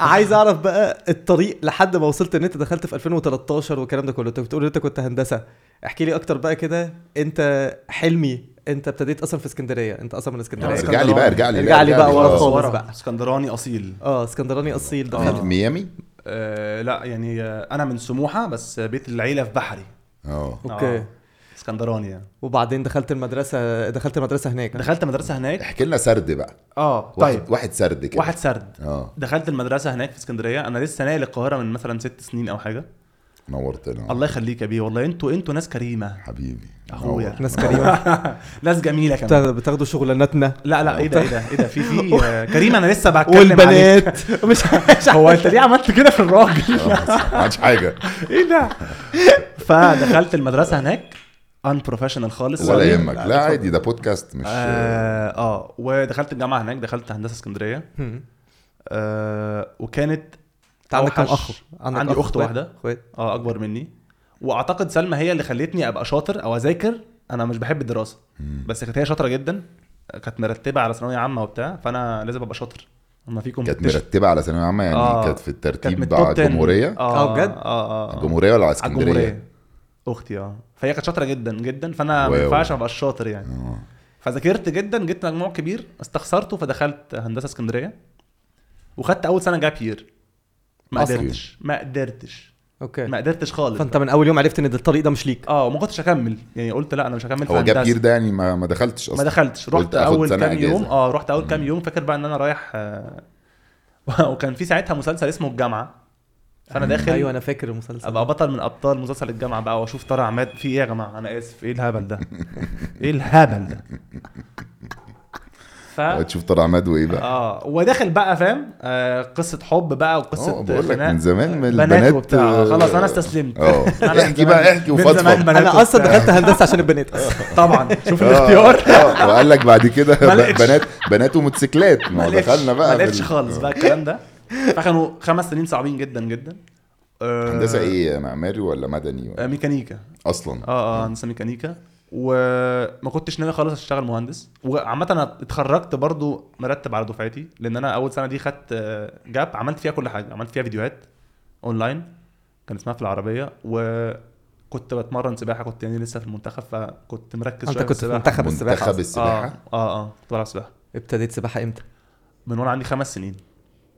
عايز اعرف بقى الطريق لحد ما وصلت ان انت دخلت في 2013 والكلام ده كله انت بتقول ان انت كنت هندسه احكي لي اكتر بقى كده انت حلمي انت ابتديت اصلا في اسكندريه انت اصلا من آه، اسكندريه اسكندرية. ارجع لي بقى ارجع لي لا، ارجع لي بقى ورا آه. خالص. ورا. بقى. اسكندراني اصيل اه اسكندراني اصيل دخلت آه. ميامي آه لا يعني آه، انا من سموحه بس بيت العيله في بحري اه اوكي آه. اسكندراني يعني وبعدين دخلت المدرسه دخلت المدرسه هناك دخلت مدرسه هناك احكي لنا سرد بقى اه واحد طيب واحد سرد كده واحد سرد اه دخلت المدرسه هناك في اسكندريه انا لسه ناقل القاهره من مثلا ست سنين او حاجه نورتنا الله يخليك يا بيه والله انتوا انتوا ناس كريمه حبيبي أخويا. نور. ناس كريمه ناس جميله بتاخد- كمان بتاخدوا شغلانتنا لا لا ايه ده ايه ده ايه ده في في آه، كريم انا لسه بتكلم عليك. والبنات مش مش هو انت ليه عملت كده في الراجل ما عادش حاجه ايه ده فدخلت المدرسه هناك ان بروفيشنال خالص ولا يعني. يهمك لا عادي ده بودكاست مش آه, اه ودخلت الجامعه هناك دخلت هندسه اسكندريه مم. آه وكانت انت عندك كام أوحش. اخ عندي أخت أخوات؟ واحدة. أخوات؟ اه اكبر مني واعتقد سلمى هي اللي خلتني ابقى شاطر او اذاكر انا مش بحب الدراسه مم. بس كانت هي شاطره جدا كانت مرتبه على ثانويه عامه وبتاع فانا لازم ابقى شاطر اما في كانت competition. مرتبه على ثانويه عامه يعني آه. كانت في من الترتيب الtop على 10. الجمهوريه آه، بجد؟ اه اه اه الجمهوريه ولا على على اسكندريه؟ الجمهوريه اختي اه فهي كانت شاطره جدا جدا فانا ما واو. ينفعش ما ابقاش شاطر يعني آه. فذاكرت جدا جبت مجموع كبير استخسرته فدخلت هندسه اسكندريه وخدت اول سنه جاب يير ما أصلاً. قدرتش ما قدرتش ما اوكي قدرتش خالص فانت من اول يوم عرفت ان ده الطريق ده مش ليك اه وما كنتش اكمل يعني قلت لا انا مش هكمل في هو هندسة. جاب يير ده يعني ما, ما دخلتش ما اصلا دخلتش قلت رحت آخد اول سنة كام يوم إجازة. اه رحت اول كام يوم فاكر بقى ان انا رايح آه، وكان في ساعتها مسلسل اسمه الجامعه فانا داخل أيوة. ايوه انا فاكر المسلسل ابقى بطل من ابطال مسلسل الجامعه بقى واشوف طارق عماد في ايه يا جماعه انا اسف ايه الهبل ده ايه الهبل ده ف تشوف طارق عماد وايه بقى؟ اه وداخل بقى فاهم آه قصه حب بقى وقصه اه بقول لك خناق. من زمان من بنات البنات وبتاع. آه، خلاص انا استسلمت اه أنا من احكي زمان- بقى احكي من زمان وفضفض بنات انا اصلا وبتاع. دخلت هندسه عشان البنات اصلا طبعا شوف آه، الاختيار آه، وقال لك بعد كده ما لقيتش. بنات بنات وموتوسيكلات ما هو ما لقيتش- دخلنا بقى ما في لقيتش ال- خالص بقى الكلام ده فكانوا خمس سنين صعبين جدا جدا آه، هندسه ايه معماري ولا مدني ولا آه، ميكانيكا اصلا اه اه هندسه ميكانيكا وما كنتش ناوي خالص اشتغل مهندس وعامه انا اتخرجت برضو مرتب على دفعتي لان انا اول سنه دي خدت آه، جاب عملت فيها كل حاجه عملت فيها فيديوهات اونلاين كان اسمها في العربيه وكنت بتمرن سباحه كنت يعني لسه في المنتخب فكنت مركز انت شويه كنت في السباحة. منتخب السباحه منتخب أصلاً. السباحه اه اه اه كنت بلعب سباحه ابتديت سباحه امتى من وانا عندي خمس سنين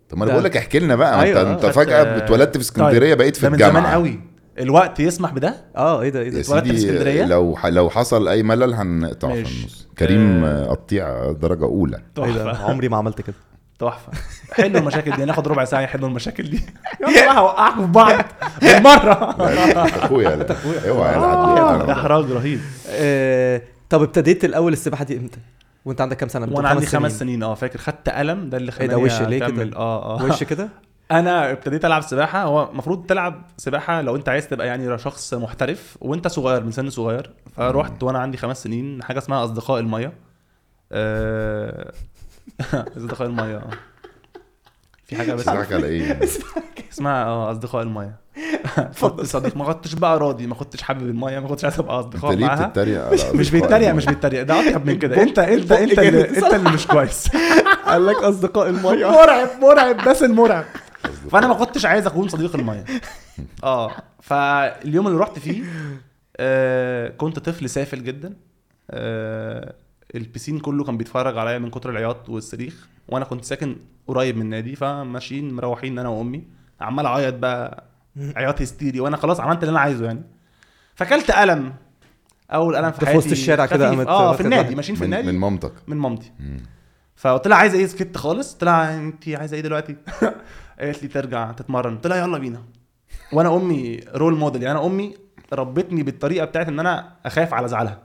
طب ما انا ده- بقول لك احكي لنا بقى ما انت أيوة، آه، انت خدت- فجاه اتولدت في اسكندريه أيوه، طيب، بقيت في ده من الجامعه زمان قوي الوقت يسمح بده اه ايه ده ايه يا ده اتولدت في سيدي اسكندرية؟ لو ح- لو حصل اي ملل هنقطع في ماشي. النص كريم آه. آه، قطيع درجه اولى ايه ده عمري ما عملت كده تحفه إيه حلوا المشاكل دي ناخد ربع ساعه يحلوا المشاكل دي يلا بقى هوقعكم في بعض بالمره لا، أنت اخويا لا أيوة، اوعى لا، آه، حد- أنا- احراج رهيب آه، طب ابتديت الاول السباحه دي امتى وانت عندك كام سنه وانا عندي خمس سنين اه فاكر خدت قلم ده اللي خلاني إيه ده وش ليه كده؟ أكمل. اه اه وش كده انا ابتديت العب سباحه هو المفروض تلعب سباحه لو انت عايز تبقى يعني شخص محترف وانت صغير من سن صغير فروحت وانا عندي خمس سنين حاجه اسمها اصدقاء الميه آه، اصدقاء الميه آه. في حاجه بس بتضحك على ايه اسمها اه اصدقاء المايه اتفضل. صديق ما كنتش بقى راضي ما كنتش حابب المايه ما كنتش عايز ابقى انت اصدقاء ليه معاها بتتريق على مش أصدقائك؟ بيتريق مش بيتريق ده اطيب من كده انت انت البق انت اللي جامد. انت اللي مش كويس قال لك اصدقاء الميه مرعب مرعب بس المرعب أصدقائك. فانا ما كنتش عايز اكون صديق الميه اه فاليوم اللي رحت فيه آه كنت طفل سافل جدا آه البسين كله كان بيتفرج عليا من كتر العياط والصريخ وانا كنت ساكن قريب من النادي فماشيين مروحين انا وامي عمال اعيط بقى عياط هستيري وانا خلاص عملت اللي انا عايزه يعني فاكلت قلم اول قلم في في حياتي وسط الشارع كده خفيف. قامت اه في واخد النادي واحد. ماشيين في من, النادي من مامتك من مامتي مم. فقلت لها عايزه ايه سكت خالص قلت لها انت عايزه ايه دلوقتي قالت لي ترجع تتمرن قلت لها يلا بينا وانا امي رول موديل يعني انا امي ربتني بالطريقه بتاعت ان انا اخاف على زعلها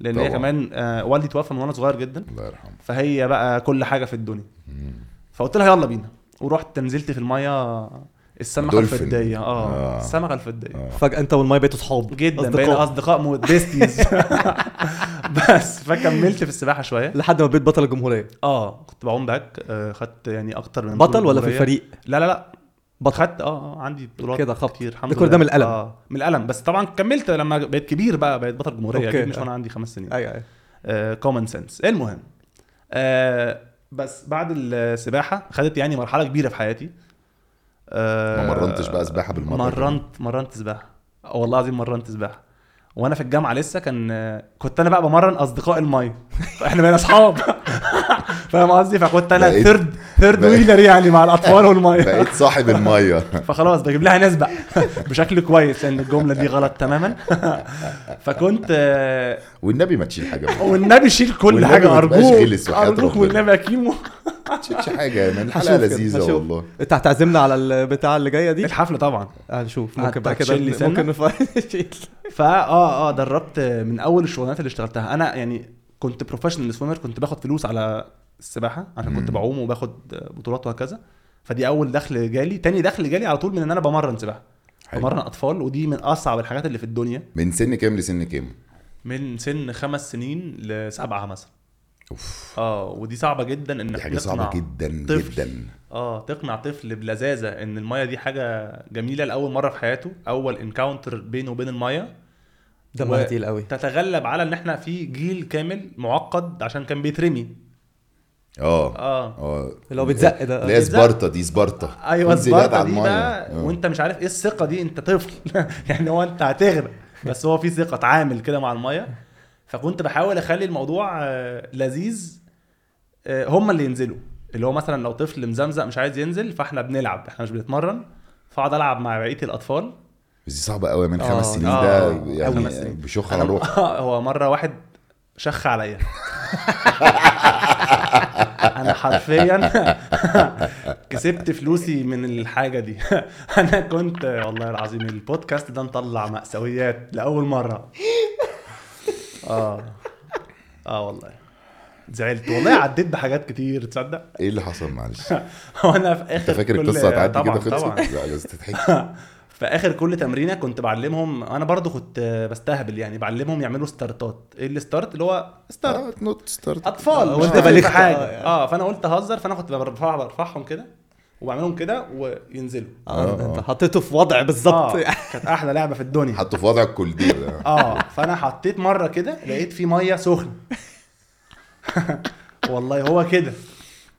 لان هي طبعا. كمان آه، والدي توفى من وانا صغير جدا الله يرحمه فهي بقى كل حاجه في الدنيا مم. فقلت لها يلا بينا ورحت نزلت في الميه السمكه دولفين. الفضيه آه. اه السمكه الفضيه آه. فجاه انت والميه بقيتوا صحاب جدا بقينا أصدقاء. اصدقاء مو- بيستيز بس فكملت في السباحه شويه لحد ما بقيت بطل الجمهوريه اه كنت بعوم باك آه، خدت يعني اكتر من بطل ولا في جمهورية. الفريق لا لا لا بطل. خدت اه آه، عندي بطولات كده خبط. كتير الحمد ده كل لله. ده من الألم. اه من الالم بس طبعا كملت لما بقيت كبير بقى بقيت بطل جمهوريه أوكي، اكيد مش آه. وانا عندي خمس سنين ايوه ايوه كومن سنس آه، المهم آه بس بعد السباحه خدت يعني مرحله كبيره في حياتي آه ما مرنتش بقى سباحة بالمرة مرنت مرنت سباحه آه، والله العظيم مرنت سباحه وانا في الجامعه لسه كان آه، كنت انا بقى بمرن اصدقاء الميه فاحنا بقينا اصحاب فاهم قصدي فكنت انا بقيت- ثيرد ثيرد بقيت- ويلر يعني مع الاطفال والميه بقيت صاحب الميه فخلاص بجيب لها ناس بقى بشكل كويس لان الجمله دي غلط تماما فكنت آه، والنبي ما تشيل حاجه منها. والنبي شيل كل والنبي حاجه ما تبقاش ارجوك غلس وحياة ارجوك ربنا. والنبي يا كيمو ما تشيلش حاجه يعني الحلقه هشوف كده، لذيذه هشوف. والله انت هتعزمنا على البتاع اللي جايه دي الحفله طبعا هنشوف ممكن بقى كده هتشيل لي سنة؟ ممكن نف- فا اه اه دربت من اول الشغلانات اللي اشتغلتها انا يعني كنت بروفيشنال سويمر كنت باخد فلوس على السباحه عشان كنت مم. بعوم وباخد بطولات وهكذا فدي اول دخل جالي تاني دخل جالي على طول من ان انا بمرن سباحه حلو. بمرن اطفال ودي من اصعب الحاجات اللي في الدنيا من سن كام لسن كام من سن خمس سنين لسبعه مثلا اوف اه ودي صعبه جدا انك دي حاجه تقنع. صعبه جدا طفل. جدا اه تقنع طفل بلذاذه ان الميه دي حاجه جميله لاول مره في حياته اول انكاونتر بينه وبين الميه ده و- ما تقيل قوي تتغلب على ان احنا في جيل كامل معقد عشان كان بيترمي اه اه اه اللي هو بيتزق ده لا بيتزق. سبارتا دي سبارتا ايوه انزل يد سبارتا على دي المية. بقى آه. وانت مش عارف ايه الثقه دي انت طفل يعني هو انت هتغرق بس هو في ثقه اتعامل كده مع الميه فكنت بحاول اخلي الموضوع آه، لذيذ آه، هم اللي ينزلوا اللي هو مثلا لو طفل مزمزق مش عايز ينزل فاحنا بنلعب احنا مش بنتمرن فاقعد العب مع بقيه الاطفال بس دي صعبه قوي من آه، خمس سنين آه، ده آه، خمس يعني سنين. بشخ على أنا- روح هو مره واحد شخ عليا انا حرفيا كسبت فلوسي من الحاجه دي انا كنت والله العظيم البودكاست ده مطلع مأساويات لاول مره اه اه والله زعلت والله عديت بحاجات كتير تصدق ايه اللي حصل معلش وانا في اخر انت فاكر كل- القصه هتعدي كده طبعا طبعا خلصت لا بس تضحك في اخر كل تمرينه كنت بعلمهم انا برضو كنت آه، بستهبل يعني بعلمهم يعملوا ستارتات ايه الستارت اللي هو ستارت نوت ستارت اطفال آه، مش وأنت فاهم بلغت، حاجه آه، يعني. اه فانا قلت اهزر فانا كنت برفع برفعهم كده وبعملهم كده وينزلوا آه، آه، انت آه. حطيته في وضع بالظبط اه كانت احلى لعبه في الدنيا حطه في وضع الكولدير ده. اه فانا حطيت مره كده لقيت في ميه سخنه والله هو كده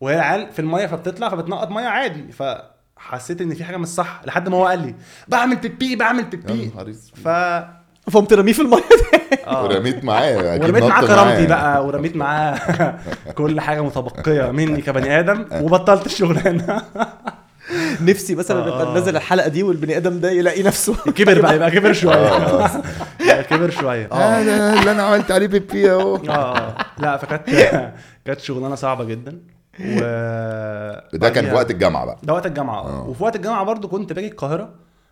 وهي العيال في الميه فبتطلع فبتنقط ميه عادي فحسيت ان في حاجه مش صح لحد ما هو قال لي بعمل بيبي بعمل يا بيبي نهار ف اسود آه. فقمت رميه في الميه ورميت معاه أكيد ورميت نط معاه كرامتي بقى ورميت معاه كل حاجه متبقيه مني كبني ادم وبطلت الشغلانه نفسي مثلا آه، آه. ابقى نازل الحلقه دي والبني ادم ده يلاقي نفسه كبر بقى يبقى كبر شويه آه. يبقى كبر شويه اه هذا اللي انا عملت عليه بيبي اهو اه آه. لا فكانت كانت شغلانه صعبه جدا و ده طيب. كان في وقت الجامعه بقى ده وقت الجامعه آه. اه وفي وقت الجامعه برضو كنت باجي القاهره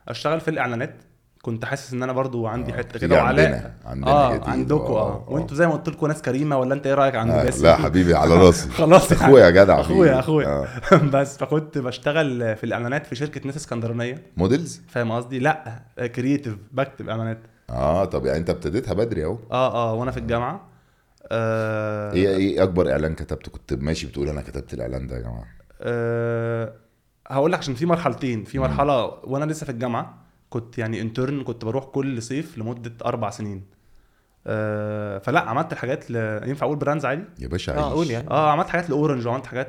اشتغل في الاعلانات كنت حاسس ان انا برضو عندي آه، حته في كده وعلاقه عندنا- عندنا اه جديد، عندكم آه، اه آه. وانتوا زي ما قلت لكم ناس كريمه ولا انت ايه رايك عند آه، باسم؟ لا حبيبي على راسي خلاص يا اخويا يا جدع اخويا حبيبي. اخويا آه. بس فكنت بشتغل في الاعلانات في شركه ناس اسكندرانيه موديلز فاهم قصدي لا كرييتيف بكتب اعلانات اه طب يعني انت ابتديتها بدري اهو اه اه وانا في آه، الجامعه آه إيه، ايه ايه اكبر اعلان كتبته كنت ماشي بتقول انا كتبت الاعلان ده يا جماعه آه هقول لك عشان في مرحلتين في مرحله وانا لسه في الجامعه كنت يعني انترن كنت بروح كل صيف لمده اربع سنين آه، فلا عملت الحاجات ل... ينفع اقول براندز عادي يا باشا اه عيش قول يعني اه عملت حاجات لاورنج وعملت حاجات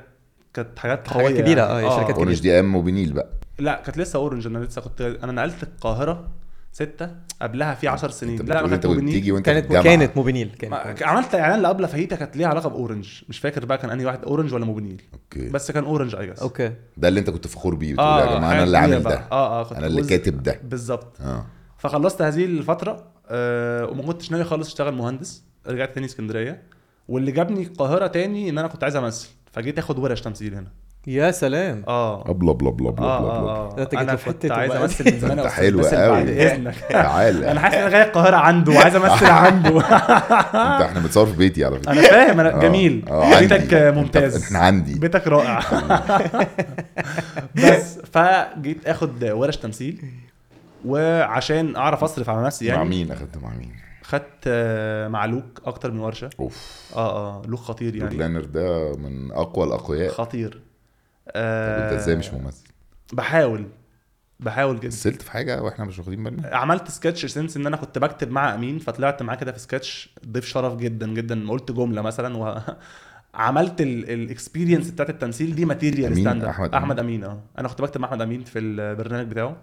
كانت حاجات حاجات قويه كبيرة، آه، يا شركات كبيرة. اورنج دي ام وبنيل بقى لا كانت لسه اورنج انا لسه كنت انا نقلت القاهره ستة قبلها في 10 سنين انت لا بتقول انا انت كنت كنت بني- بتيجي وانت في كانت الجامعه كانت موبينيل كانت ما- موبينيل. عملت اعلان لقبله فهيتا كانت ليها علاقه باورنج مش فاكر بقى كان انهي واحد اورنج ولا موبينيل اوكي بس كان اورنج اي جس اوكي ده اللي انت كنت فخور بيه بتقول آه، يا جماعه انا اللي عامل ده اه اه كنت آه. انا اللي جزء- كاتب ده بالظبط اه فخلصت هذه الفتره آه وما كنتش ناوي خالص اشتغل مهندس رجعت تاني اسكندريه واللي جابني القاهره تاني ان انا كنت عايز امثل فجيت اخد ورش تمثيل هنا يا سلام اه ابلا بلا بلا بلا اه بلا اه ده انت جيت انا في حتة كنت عايز وبقى- امثل من انت زمان حلو بس بعد قوي. اذنك تعالى انا حاسس ان انا جاي القاهره عنده وعايز امثل عنده انت احنا بنصور في بيتي على فكره انا فاهم انا آه. آه. جميل آه، عندي. بيتك انت- ممتاز احنا عندي بيتك رائع بس فجيت اخد ورش تمثيل وعشان اعرف اصرف على نفسي مع يعني مين اخدت مع مين خدت آه، مع لوك اكتر من ورشه اوف اه اه لوك خطير يعني. يعني لانر ده من اقوى الاقوياء طب خطير انت آه ازاي مش ممثل بحاول بحاول جدا مثلت في حاجه واحنا مش واخدين بالنا عملت سكتش سنس ان انا كنت بكتب مع امين فطلعت معاه كده في سكتش ضيف شرف جدا جدا قلت جمله مثلا و عملت الاكسبيرينس بتاعت التمثيل دي ماتيريال أمين، ستاند أحمد احمد احمد امين اه انا كنت بكتب مع احمد امين في البرنامج بتاعه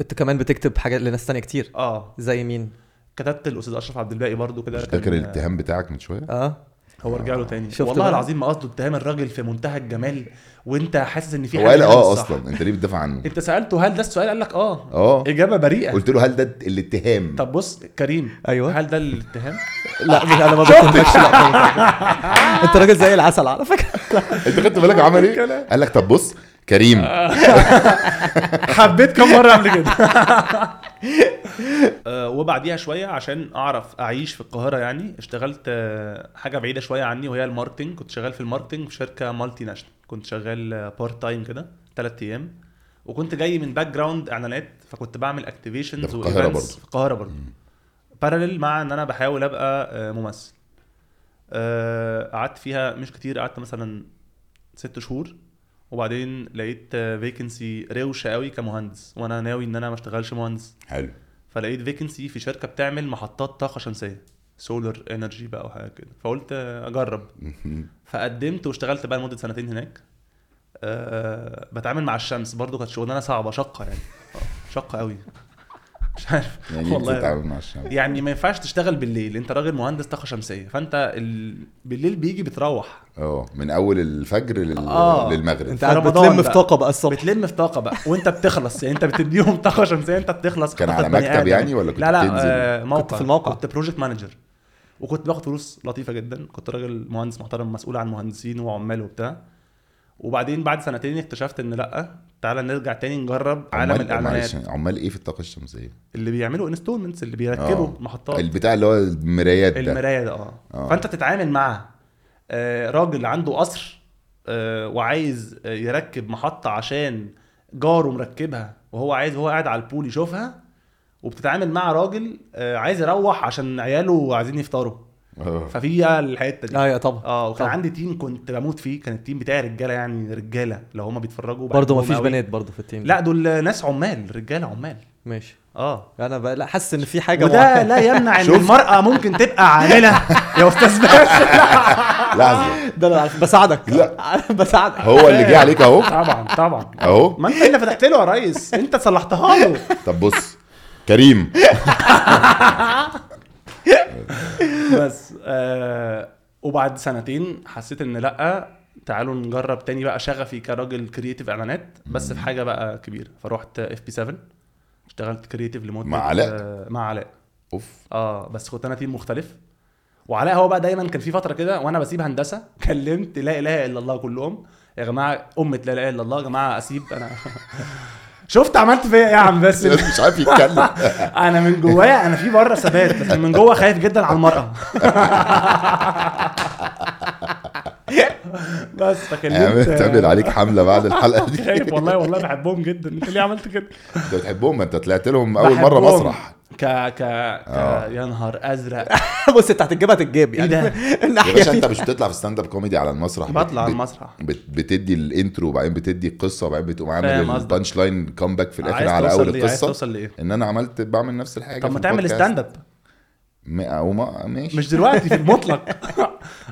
انت كمان بتكتب حاجات لناس تانية كتير اه زي مين كتبت الاستاذ اشرف عبد الباقي برضو كده مش ده كان الاتهام بتاعك من شويه اه هو رجع له تاني شفت والله بقى؟ العظيم ما قصده اتهام الراجل في منتهى الجمال وانت حاسس ان في هو قال هنا اه مش صح. اصلا انت ليه بتدافع عنه انت سالته هل ده السؤال قال لك اه اه اجابه بريئه قلت له هل ده الاتهام طب بص كريم ايوه هل ده الاتهام لا مش انا ما بكتبش لا طبعاً. انت راجل زي العسل على فكره انت خدت بالك عمل ايه قال لك طب بص كريم آه. حبيت كم مره قبل كده آه، وبعديها شويه عشان اعرف اعيش في القاهره يعني اشتغلت آه، حاجه بعيده شويه عني وهي الماركتنج كنت شغال في الماركتنج في شركه مالتي ناشونال كنت شغال بارت تايم كده ثلاث ايام وكنت جاي من باك جراوند اعلانات فكنت بعمل ده اكتيفيشنز في القاهرة برضه. في القاهره برضه باراليل مع ان انا بحاول ابقى آه، ممثل آه، قعدت فيها مش كتير قعدت مثلا ست شهور وبعدين لقيت فيكنسي روشه قوي كمهندس وانا ناوي ان انا ما اشتغلش مهندس حلو فلقيت فيكنسي في شركه بتعمل محطات طاقه شمسيه سولار انرجي بقى وحاجه كده فقلت آه، اجرب فقدمت واشتغلت بقى لمده سنتين هناك أه بتعامل مع الشمس برضو كانت شغلانه صعبه شاقه يعني شاقه قوي مش عارف يعني إيه والله بتتعامل مع الشمس يعني ما ينفعش تشتغل بالليل انت راجل مهندس طاقه شمسيه فانت ال... بالليل بيجي بتروح اه من اول الفجر لل... آه. للمغرب انت قاعد رمضان بتلم في بقى. طاقه بقى الصبح بتلم في طاقه بقى وانت بتخلص يعني انت بتديهم طاقه شمسيه انت بتخلص كان كطاقة على بني مكتب آدم. يعني ولا كنت لا لا بتنزل؟ آه موقع كنت في الموقع. كنت بروجكت مانجر وكنت باخد فلوس لطيفه جدا كنت راجل مهندس محترم مسؤول عن مهندسين وعمال وبتاع وبعدين بعد سنتين اكتشفت ان لا تعالى نرجع تاني نجرب عالم عمال- الاعلانات معلش، عمال ايه في الطاقه الشمسيه اللي بيعملوا انستولمنتس اللي بيركبوا آه. محطات البتاع اللي هو المرايات ده المرايه ده اه آه. فانت بتتعامل مع آه، راجل عنده قصر آه، وعايز آه، يركب محطه عشان جاره مركبها وهو عايز وهو قاعد على البول يشوفها وبتتعامل مع راجل آه، عايز يروح عشان عياله عايزين يفطروا آه. ففي الحته دي أيوة. اه يا طبعا اه وكان طبعا. عندي تيم كنت بموت فيه كان التيم بتاعي رجاله يعني رجاله لو هما بيتفرجوا برضه بحبهم ما فيش أوي. بنات برضه في التيم ده. لا دول ناس عمال رجاله عمال ماشي اه انا بقى لا حاسس ان في حاجه وده لا يمنع ان شوف. المراه ممكن تبقى عامله يا استاذ باسل آه. لحظه ده انا بساعدك لا. بساعدك هو اللي جه عليك اهو طبعا طبعا اهو آه. ما انت اللي فتحت له يا ريس انت صلحتها له طب بص كريم بس آه وبعد سنتين حسيت ان لا تعالوا نجرب تاني بقى شغفي كراجل كرييتيف اعلانات بس في حاجه بقى كبيره فروحت اف بي 7 اشتغلت كرييتيف لمده مع علاء؟ آه مع علاء اوف اه بس كنت انا تيم مختلف وعلاء هو بقى دايما كان في فتره كده وانا بسيب هندسه كلمت لا اله الا الله كلهم يا جماعه امه لا اله الا الله يا جماعه اسيب انا شفت عملت فيا ايه يا عم باسل مش عارف يتكلم انا من جوايا انا في بره ثبات بس من جوا خايف جدا على المراه بس يعني تعمل فكلمت عليك حمله بعد الحلقه دي خايف والله والله بحبهم جدا انت ليه عملت كده؟ انت بتحبهم ما انت طلعت لهم اول مره بحبهم. مسرح ك ك آه. ك يا نهار ازرق بص انت هتتجاب هتتجاب ايه يعني ده يا الناحيه باشا دي انت مش بتطلع في ستاند اب كوميدي على المسرح بطلع على بت- المسرح بت- بتدي الانترو وبعدين بتدي القصه وبعدين بتقوم عامل فاهم قصدك. البانش لاين كومباك في الاخر عايز على توصل اول ليه عايز القصه توصل لايه ان انا عملت بعمل نفس الحاجه طب في ما تعمل البودكاست. ستاند اب م- او ما ماشي مش دلوقتي في المطلق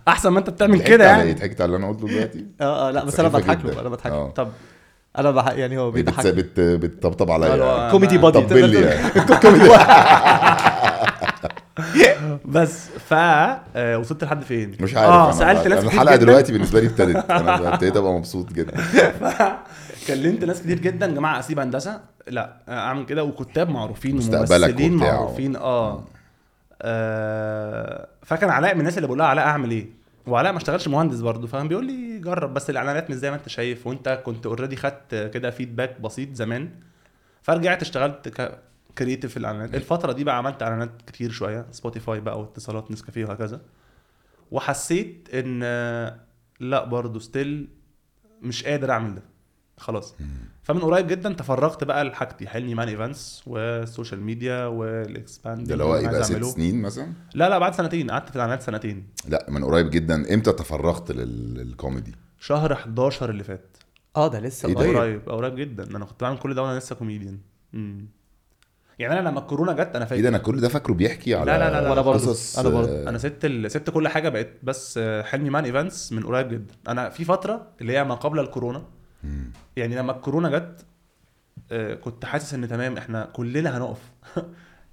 احسن ما انت بتعمل ضحكت كده على يعني ايه؟ ضحكت على اللي انا قلته دلوقتي اه اه لا بس انا سخيفة بضحك جداً. إيه له انا بضحك له اه. طب انا بح... يعني هو بت- بيضحك بت- بتطبطب لا، عليا لا. كوميدي أنا- بادي طبل لي يعني. بس ف آه، وصلت لحد فين مش عارف اه أنا- سالت أنا ناس كتير الحلقه جداً. دلوقتي بالنسبه لي ابتدت انا ابتديت ابقى مبسوط جدا كلمت ناس كتير جدا يا جماعه اسيب هندسه لا اعمل كده وكتاب معروفين مستقبلك وممثلين وبتاع. معروفين اه آه، فكان علاء من الناس اللي بقول لها علاء اعمل ايه وعلاء ما اشتغلش مهندس برضه فاهم بيقول لي جرب بس الاعلانات مش زي ما انت شايف وانت كنت اوريدي خدت كده فيدباك بسيط زمان فرجعت اشتغلت ك كريتيف في الاعلانات الفتره دي بقى عملت اعلانات كتير شويه سبوتيفاي بقى واتصالات نسكافيه وهكذا وحسيت ان آه، لا برضه ستيل مش قادر اعمل ده خلاص فمن قريب جدا تفرغت بقى لحاجتي حلمي مان ايفنتس والسوشيال ميديا والاكسباند ده اللي هو ايه بقى ست سنين مثلا لا لا بعد سنتين قعدت في الاعلانات سنتين لا من قريب جدا امتى تفرغت لل- للكوميدي شهر 11 اللي فات اه ده لسه ايه ده؟ قريب قريب قريب جدا انا كنت بعمل كل ده وانا لسه كوميديان مم. يعني انا لما الكورونا جت انا ايه ده فاكر انا كل ده فاكره بيحكي على لا، لا، لا، لا. وانا برضه قصص، انا برضه آه، انا سبت ال... سبت كل حاجه بقت بس آه، حلمي مان ايفنتس من قريب جدا انا في فتره اللي هي ما قبل الكورونا مم. يعني لما الكورونا جت آه، كنت حاسس ان تمام احنا كلنا هنقف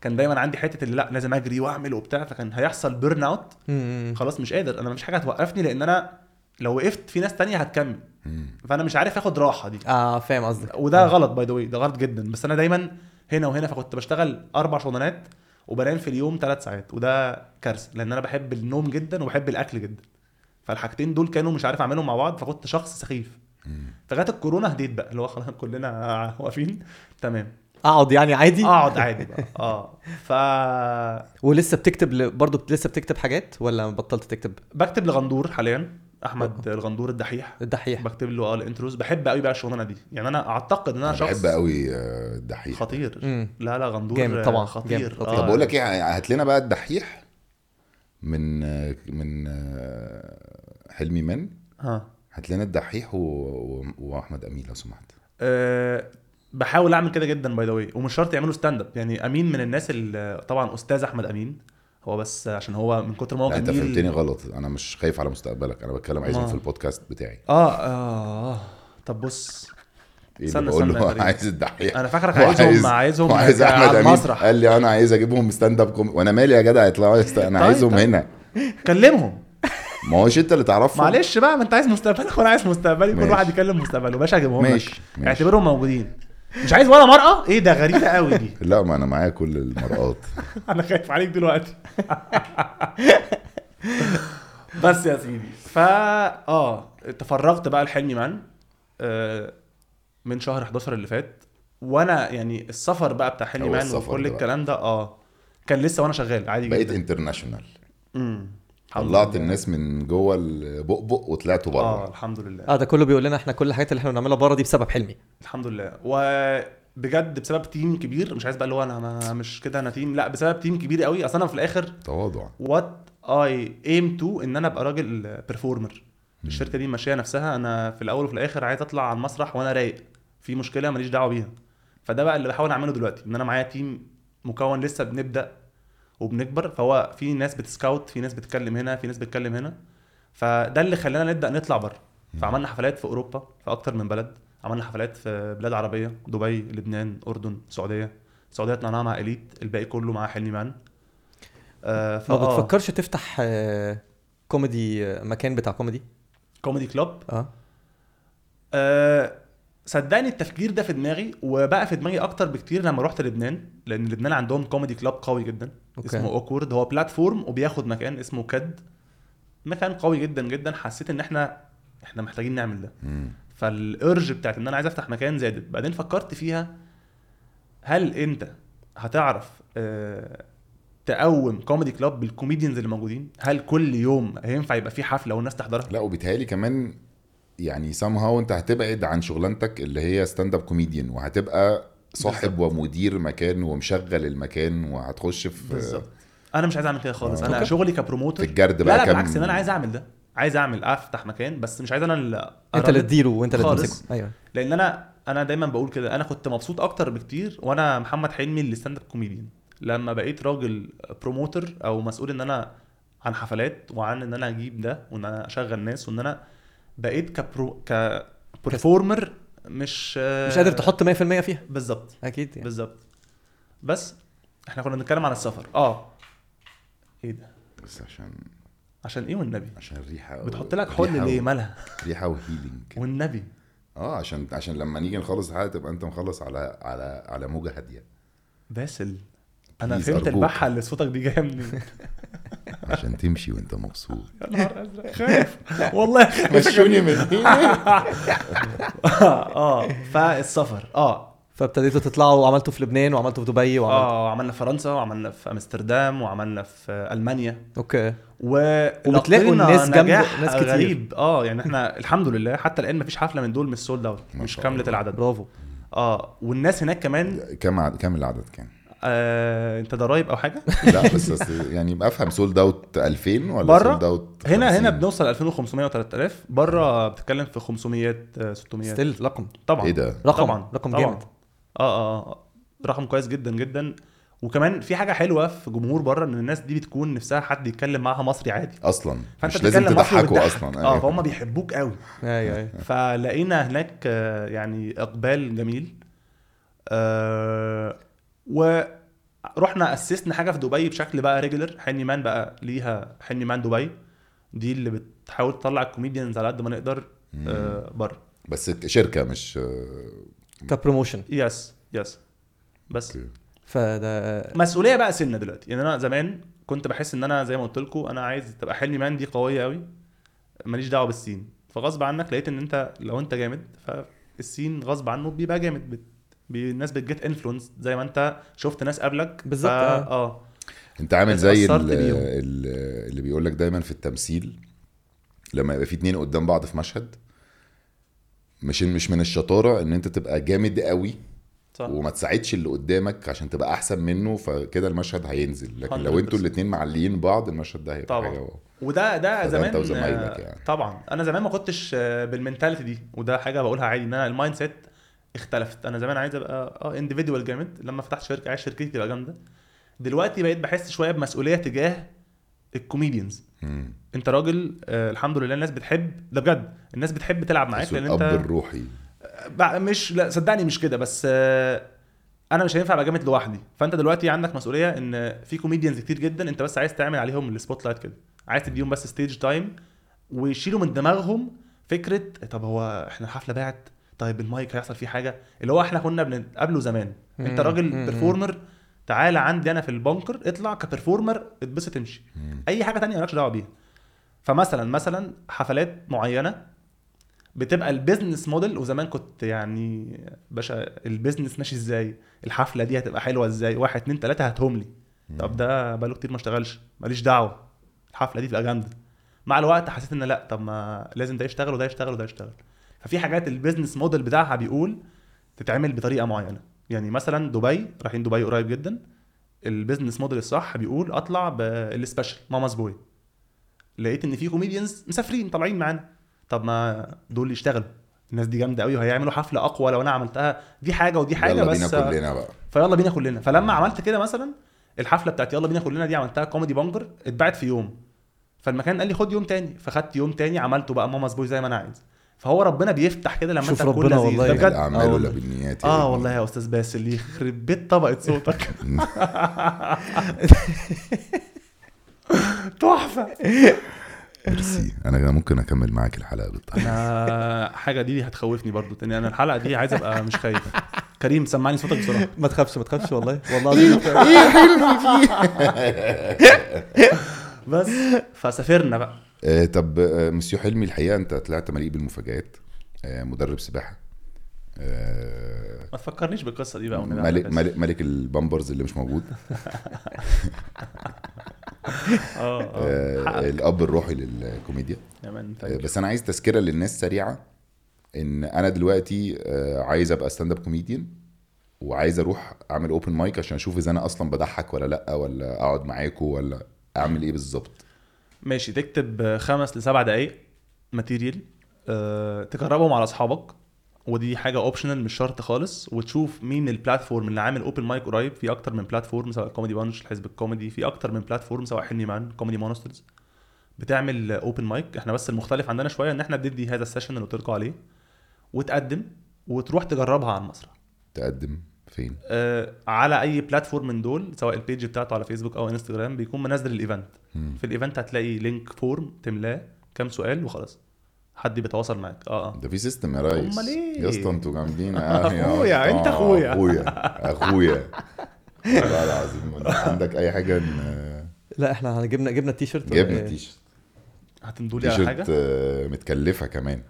كان دايما عندي حته اللي لا لازم اجري واعمل وبتاع فكان هيحصل بيرن اوت مم. خلاص مش قادر انا مفيش حاجه هتوقفني لان انا لو وقفت في ناس تانية هتكمل مم. فانا مش عارف اخد راحه دي اه فاهم قصدك وده غلط باي ذا واي ده غلط جدا بس انا دايما هنا وهنا فكنت بشتغل اربع شغلانات وبنام في اليوم ثلاث ساعات وده كارثه لان انا بحب النوم جدا وبحب الاكل جدا فالحاجتين دول كانوا مش عارف اعملهم مع بعض فكنت شخص سخيف مم. فجت الكورونا هديت بقى اللي هو خلاص كلنا واقفين تمام اقعد يعني عادي اقعد عادي بقى اه ف ولسه بتكتب ل... برضه لسه بتكتب حاجات ولا بطلت تكتب بكتب لغندور حاليا احمد الغندور الدحيح الدحيح بكتب له اه الانتروز بحب قوي بقى الشغلانه دي يعني انا اعتقد ان انا انا شخص بحب قوي آه، الدحيح خطير مم. لا لا غندور جامد طبعاً، خطير جامد، خطير. آه. طب بقول لك ايه هات لنا بقى الدحيح من آه، من آه، حلمي من ها هات لنا الدحيح و... و... واحمد امين لو سمحت أه بحاول اعمل كده جدا باي ذا واي ومش شرط يعملوا ستاند اب يعني امين من الناس اللي طبعا استاذ احمد امين هو بس عشان هو من كتر ما هو لا انت جميل- فهمتني غلط انا مش خايف على مستقبلك انا بتكلم عايزهم آه. في البودكاست بتاعي اه اه آه. طب بص ايه اللي استنى، بقول استنى يا له كريم. عايز الدحيح انا فاكرك هو عايزهم عايزهم هو عايز على احمد امين المسرح قال لي انا عايز اجيبهم ستاند اب كوم وانا مالي يا جدع يطلعوا يست... انا طيب، عايزهم طيب. هنا كلمهم ما هوش انت اللي تعرفهم معلش بقى ما انت عايز مستقبلك وانا عايز مستقبلي كل ماشي. واحد يكلم مستقبله باشا هجيبهم ماشي لك ماشي اعتبرهم موجودين مش عايز ولا مرأة ايه ده غريبة قوي دي لا ما انا معايا كل المرآات انا خايف عليك دلوقتي بس يا سيدي فا اه تفرغت بقى لحلمي مان آه، من شهر 11 اللي فات وانا يعني السفر بقى بتاع حلمي هو مان السفر وكل ده بقى. الكلام ده اه كان لسه وانا شغال عادي بقيت جدا انترناشونال مم. الحمد طلعت لله. الناس من جوه البؤبؤ وطلعتوا اه بره الحمد لله اه ده كله بيقول لنا احنا كل الحاجات اللي احنا بنعملها بره دي بسبب حلمي الحمد لله وبجد بسبب تيم كبير مش عايز بقى اللي هو انا ما مش كده انا تيم لا بسبب تيم كبير قوي اصل انا في الاخر تواضع وات اي ايم تو ان انا ابقى راجل بيرفورمر مم. الشركه دي ماشيه نفسها انا في الاول وفي الاخر عايز اطلع على المسرح وانا رايق في مشكله ماليش دعوه بيها فده بقى اللي بحاول اعمله دلوقتي ان انا معايا تيم مكون لسه بنبدا وبنكبر فهو في ناس بتسكاوت في ناس بتتكلم هنا في ناس بتتكلم هنا فده اللي خلانا نبدا نطلع بره فعملنا حفلات في اوروبا في اكتر من بلد عملنا حفلات في بلاد عربيه دبي لبنان اردن السعوديه السعوديه طلعناها مع اليت الباقي كله مع حلمي مان آه ما فآه. بتفكرش تفتح آه، كوميدي آه، مكان بتاع كوميدي آه، كوميدي كلوب اه أه صدقني التفكير ده في دماغي وبقى في دماغي اكتر بكتير لما رحت لبنان لان لبنان عندهم كوميدي كلوب قوي جدا أوكي. أوكي. اسمه اوكورد هو بلاتفورم وبياخد مكان اسمه كد مكان قوي جدا جدا حسيت ان احنا احنا محتاجين نعمل ده مم. فالارج بتاعت ان انا عايز افتح مكان زادت بعدين فكرت فيها هل انت هتعرف آه، تقوم كوميدي كلوب بالكوميديانز اللي موجودين هل كل يوم هينفع يبقى في حفله والناس تحضرها لا وبيتهيألي كمان يعني somehow انت هتبعد عن شغلانتك اللي هي ستاند اب كوميديان وهتبقى صاحب ومدير مكان ومشغل المكان وهتخش في بالظبط انا مش عايز اعمل كده خالص آه. انا أوكي. شغلي في كبروموتر الجرد لا بقى لا كام- بالعكس ان انا عايز اعمل ده عايز اعمل افتح مكان بس مش عايز انا اللي انت اللي تديره وانت اللي خالص. آه. تمسكه ايوه لان انا انا دايما بقول كده انا كنت مبسوط اكتر بكتير وانا محمد حلمي اللي ستاند اب كوميديان لما بقيت راجل بروموتر او مسؤول ان انا عن حفلات وعن ان انا اجيب ده وان انا اشغل ناس وان انا بقيت كبرو كبرفورمر مش مش قادر تحط 100% فيها بالظبط اكيد يعني. بالظبط بس احنا كنا بنتكلم عن السفر اه ايه ده بس عشان عشان ايه والنبي عشان ريحه و- بتحط لك ريحة حل و- ليه مالها ريحه وهيلينج والنبي اه عشان عشان لما نيجي نخلص الحلقه تبقى انت مخلص على على على موجه هاديه باسل انا Please، فهمت أرجوك. البحه اللي صوتك دي جايه منين عشان تمشي وانت مبسوط يا نهار ازرق خايف والله خايف مشوني من هنا اه فالسفر اه آه. فابتديتوا تطلعوا وعملتوا في لبنان وعملتوا في دبي وعملتوا اه عملنا في فرنسا وعملنا في امستردام وعملنا في المانيا اوكي ولقينا وبتلاقوا الناس جامدة- نجاح ناس كتير. غريب اه يعني احنا الحمد لله حتى الان مفيش حفله من دول مش سولد اوت ما مش شاء كامله الله. العدد برافو اه والناس هناك كمان كم عد... كم العدد كان؟ آه، انت ضرايب او حاجه لا بس بس يعني افهم سولد اوت 2000 ولا بره؟ سولد اوت هنا هنا 50؟ بنوصل 2500 و3000 بره بتتكلم في 500 آه، 600 ستيل رقم طبعا ايه ده؟ رقم طبعا رقم طبعاً. جامد اه اه آه. رقم كويس جدا جدا وكمان في حاجه حلوه في جمهور بره ان الناس دي بتكون نفسها حد يتكلم معاها مصري عادي اصلا فانت مش لازم بتتكلم مصري تضحكوا أيوه. أيوة. آه. وبتضحك. اصلا اه فهم بيحبوك قوي ايوه ايوه فلقينا هناك آه، يعني اقبال جميل آه، ورحنا اسسنا حاجه في دبي بشكل بقى ريجولر حني مان بقى ليها حني مان دبي دي اللي بتحاول تطلع الكوميديانز على قد ما نقدر مم. آه، بره بس شركه مش كبروموشن يس يس بس أوكي. فده مسؤوليه بقى سنه دلوقتي يعني انا زمان كنت بحس ان انا زي ما قلت لكم انا عايز تبقى حلمي مان دي قويه قوي ماليش دعوه بالسين فغصب عنك لقيت ان انت لو انت جامد فالسين غصب عنه بيبقى جامد بت... بي... الناس بتجيت انفلونس زي ما انت شفت ناس قبلك ف- بالظبط، آه. اه انت عامل زي اتأثرت ال- بيهم. ال- اللي بيقول لك دايما في التمثيل لما يبقى في اتنين قدام بعض في مشهد مش مش من الشطاره ان انت تبقى جامد قوي صح وما تساعدش اللي قدامك عشان تبقى احسن منه فكده المشهد هينزل لكن لو 100%. انتوا الاتنين معليين بعض المشهد ده هيبقى طبعاً. حاجه واو. وده ده فده زمان أنت وزمايلك آه، يعني. طبعا انا زمان ما كنتش آه، بالمنتاليتي دي وده حاجه بقولها عادي ان انا المايند سيت اختلفت انا زمان عايز ابقى اه انديفيدوال جامد لما فتحت شركه عايز شركتي تبقى جامده دلوقتي بقيت بحس شويه بمسؤوليه تجاه الكوميديانز مم. انت راجل آه الحمد لله الناس بتحب ده بجد الناس بتحب تلعب معاك تحسوا لان الاب انت الروحي بع- مش لا صدقني مش كده بس آه انا مش هينفع ابقى جامد لوحدي فانت دلوقتي عندك مسؤوليه ان في كوميديانز كتير جدا انت بس عايز تعمل عليهم السبوت لايت كده عايز تديهم بس ستيج تايم ويشيلوا من دماغهم فكره طب هو احنا الحفله باعت طيب المايك هيحصل فيه حاجه اللي هو احنا كنا بنتقابله زمان انت مم، راجل مم، بيرفورمر تعالى عندي انا في البنكر اطلع كبرفورمر اتبسط امشي مم. اي حاجه تانية مالكش دعوه بيها فمثلا مثلا حفلات معينه بتبقى البيزنس موديل وزمان كنت يعني باشا البيزنس ماشي ازاي الحفله دي هتبقى حلوه ازاي واحد اتنين تلاته هاتهم لي طب ده بقاله كتير ما اشتغلش ماليش دعوه الحفله دي تبقى جامده مع الوقت حسيت ان لا طب ما لازم ده يشتغل وده يشتغل وده يشتغل ففي حاجات البيزنس موديل بتاعها بيقول تتعمل بطريقه معينه يعني مثلا دبي رايحين دبي قريب جدا البيزنس موديل الصح بيقول اطلع بالسبيشال ماماز بوي لقيت ان في كوميديانز مسافرين طالعين معانا طب ما دول يشتغلوا الناس دي جامده قوي وهيعملوا حفله اقوى لو انا عملتها دي حاجه ودي حاجه يلا بس بينا كلنا بقى فيلا بينا كلنا فلما عملت كده مثلا الحفله بتاعت يلا بينا كلنا دي عملتها كوميدي بانجر اتباعت في يوم فالمكان قال لي خد يوم تاني فخدت يوم تاني عملته بقى ماماز بوي زي ما انا عايز فهو ربنا بيفتح كده لما شوف انت تكون ربنا لذيذ. والله ده يعني بجد الاعمال آه ولا والله. بالنيات يا اه ابني. والله يا استاذ باسل يخرب بيت طبقه صوتك تحفه ميرسي انا ممكن اكمل معاك الحلقه آه، بالطبع انا حاجه دي هتخوفني برضو تاني انا الحلقه دي عايز ابقى مش خايف كريم سمعني صوتك بسرعه ما تخافش ما تخافش والله والله العظيم ايه حلمي فيه بس فسافرنا بقى آه، طب آه، مسيو حلمي الحقيقه انت طلعت مليء بالمفاجآت آه، مدرب سباحه آه، ما تفكرنيش بالقصه دي بقى ونبقى ملك بس. ملك ملك البامبرز اللي مش موجود اه آه، آه. حقك طيب. الاب الروحي للكوميديا يا مان، آه، thank you. بس انا عايز تذكره للناس سريعه ان انا دلوقتي آه، عايز ابقى ستاند اب كوميديان وعايز اروح اعمل اوبن مايك عشان اشوف اذا انا اصلا بضحك ولا لا ولا اقعد معاكم ولا اعمل ايه بالظبط ماشي تكتب خمس لسبع دقايق ماتيريال تجربهم على اصحابك ودي حاجه اوبشنال مش شرط خالص وتشوف مين البلاتفورم اللي عامل اوبن مايك قريب في اكتر من بلاتفورم سواء كوميدي بانش الحزب الكوميدي في اكتر من بلاتفورم سواء حلمي مان كوميدي مونسترز بتعمل اوبن مايك احنا بس المختلف عندنا شويه ان احنا بندي هذا السيشن اللي قلت لكم عليه وتقدم وتروح تجربها على المسرح تقدم فين آه، على اي بلاتفورم من دول سواء البيج بتاعته على فيسبوك او انستجرام بيكون منزل الايفنت مم. في الايفنت هتلاقي لينك فورم تملاه كام سؤال وخلاص حد بيتواصل معاك اه اه ده في سيستم يا ريس أمال إيه؟ يا اسطى انتوا جامدين آه، أخويا، أنت أخويا. اخويا اخويا والله العظيم أنت عندك اي حاجه ن- لا احنا جبنا جبنا التي شيرت ولا جبنا إيه؟ تيشرت هتندولي على تيشرت حاجه آه، متكلفه كمان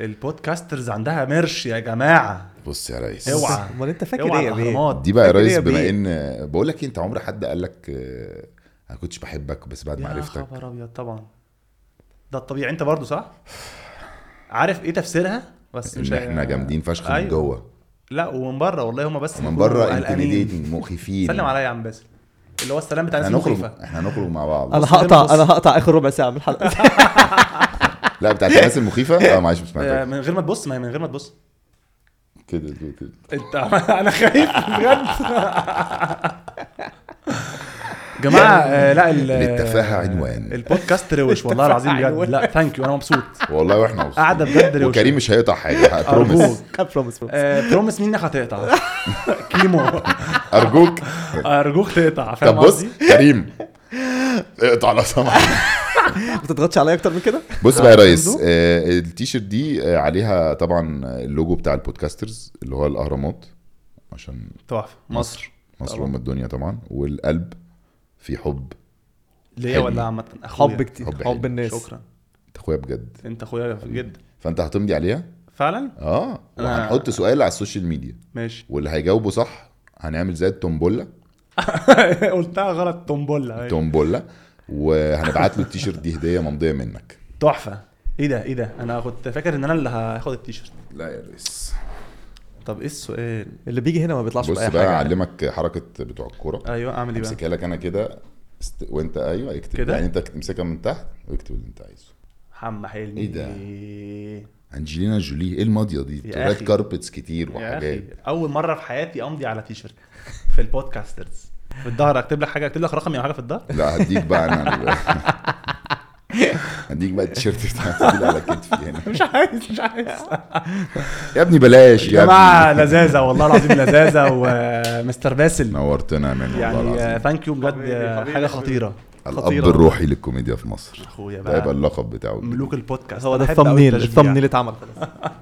البودكاسترز عندها مرش يا جماعه بص يا ريس اوعى. امال انت فاكر اوعى ايه يا بيه؟ الاهرامات دي بقى يا فاكر ريس يا بيه؟ بما ان بقول لك إيه، انت عمر حد قال لك آه، انا كنتش بحبك بس بعد ما يا عرفتك خبر ابيض طبعا ده الطبيعي انت برضو صح عارف ايه تفسيرها بس مش ان احنا جامدين فشخ من أيوة. جوه لا ومن بره والله هما بس من بيكونوا بره قلقانين. انتميديتنج مخيفين سلم عليا يا عم باسل اللي هو السلام بتاع احنا الناس هنخرج المخيفه احنا هنخرج مع بعض انا بص كده هقطع بص. انا هقطع اخر ربع ساعه من الحلقه لا بتاعت الناس المخيفه اه معلش مش آه، سمعتك من غير ما تبص ما هي من غير ما تبص كده كده- كده انت انا خايف بجد جماعه آه، لا ال- آه، للتفاهة عنوان. البودكاست روش والله العظيم للتفاهة بجد عنوان. لا ثانك يو انا مبسوط والله واحنا مبسوطين. قاعدة بجد روشة. وكريم مش هيقطع حاجه أرجوك. بروميس بروميس آه، بروميس مين انك هتقطع كيمو ارجوك ارجوك طب تقطع فاهم بص قصدي؟ كريم اقطع لو سمحت ما تضغطش عليا اكتر من كده بص بقى يا ريس عنده؟ آه، التيشيرت دي آه، عليها طبعا اللوجو بتاع البودكاسترز اللي هو الاهرامات عشان تحفه مصر مصر طبعاً. ام الدنيا طبعا والقلب في حب ليا حلو. ولا عامه اخويا حب كتير حب حب حلو. الناس شكرا انت اخويا بجد انت اخويا جدا فانت هتمضي عليها فعلا اه أنا- وهنحط سؤال على السوشيال ميديا ماشي واللي هيجاوبه صح هنعمل زي التومبولا قلتها غلط تومبولا أيوة. التومبولا وهنبعت له التيشيرت دي هديه ممضيه منك تحفه ايه ده ايه ده انا كنت فاكر ان انا اللي هاخد التيشيرت لا يا ريس طب ايه السؤال اللي بيجي هنا ما بيطلعش بص باي بقى حاجه اعلمك حركه بتوع الكوره ايوه اعمل ايه بقى امسكها لك انا كده است... وانت ايوه اكتب كده؟ يعني انت امسكها من تحت واكتب اللي انت عايزه حما حلمي إيه ده؟ يا انجلينا جولي ايه الماضيه دي ريد أخي. كاربتس كتير أخي، وحاجات اول مره في حياتي امضي على تيشيرت في البودكاسترز في الظهر اكتب لك حاجه اكتب لك رقمي او حاجه في الظهر لا هديك بقى انا ال- هديك بقى التيشيرت بتاعتي اللي على كتفي هنا مش عايز مش عايز يا ابني بلاش يا يا جماعه ابني لذاذه والله العظيم لذاذه ومستر باسل نورتنا من والله يعني العظيم ثانك يو بجد حبيبي، حبيبي، حاجه حبيبي. خطيره الاب خطيرة. الروحي للكوميديا في مصر اخويا ده يبقى بقى اللقب بتاعه ملوك البودكاست هو ده أنا بحب أوي الثمنيل التشجيع. الثمنيل اتعمل خلاص